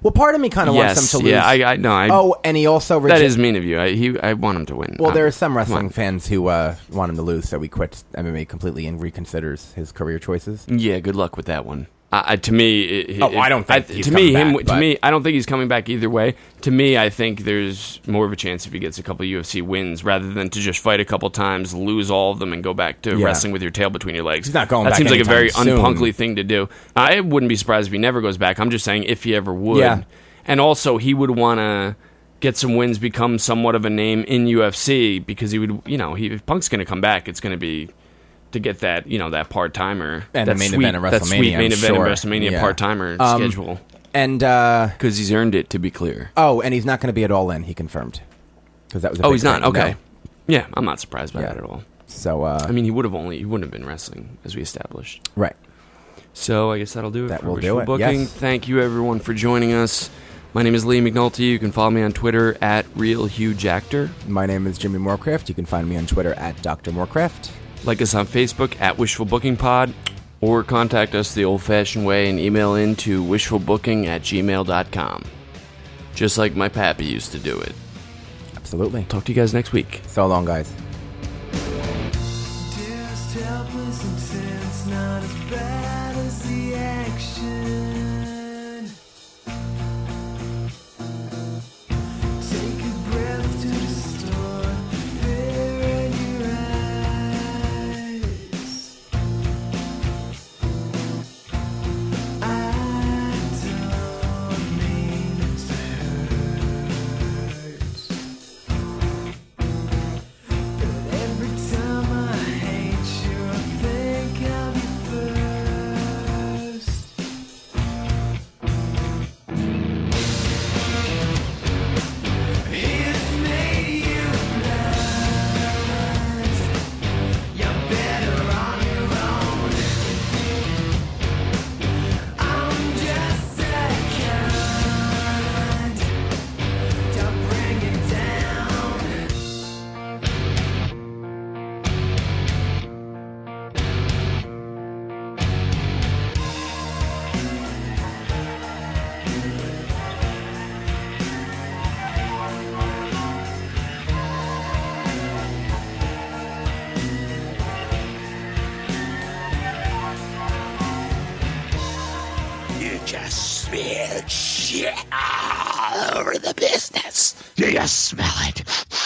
Well, part of me kind of wants Yes, him to lose. yeah, I- I- no, I- oh, and he also That rejects. is mean of you. I he. I want him to win. Well, Um, there are come some on. wrestling fans who uh, want him to lose, so he quits MMA completely and reconsiders his career choices. Yeah, good luck with that one. I, I, to me, it, Oh, I don't think I, he's to me coming him back, to but- me I don't think he's coming back either way. To me, I think there's more of a chance if he gets a couple UFC wins rather than to just fight a couple times, lose all of them, and go back to Yeah. wrestling with your tail between your legs. He's not going That back seems like a very anytime soon. unpunkly thing to do. I wouldn't be surprised if he never goes back. I'm just saying if he ever would. Yeah. And also, he would want to get some wins, become somewhat of a name in UFC because he would, you know, he, if Punk's going to come back, it's going to be to get that, you know, that part timer And that the main sweet, event of WrestleMania. That sweet main I'm event sure. of WrestleMania Yeah. part timer Um, schedule. And uh, Because he's earned it, to be clear. oh, and he's not going to be at all in. He confirmed because that was. A Oh, big he's not? thing. No. Okay. Yeah, I'm not surprised by Yeah. that at all. So uh, I mean, he would have only, he wouldn't have been wrestling, as we established. right. So I guess that'll do it That for will do Wishful it, Booking. yes. Thank you, everyone, for joining us. My name is Lee McNulty. You can follow me on Twitter at RealHugeActor. My name is Jimmy Moorcraft. You can find me on Twitter at Dr. Moorcraft. Like us on Facebook at Wishful Booking Pod, or contact us the old fashioned way and email in to wishfulbooking at gmail.com. Just like my pappy used to do it. Absolutely. Talk to you guys next week. So long, guys. Just helpless and tense, not as bad as the action. Take a breath to restore the fear in your eyes. I don't mean to hurt. You just smeared shit all over the business. Do you smell it?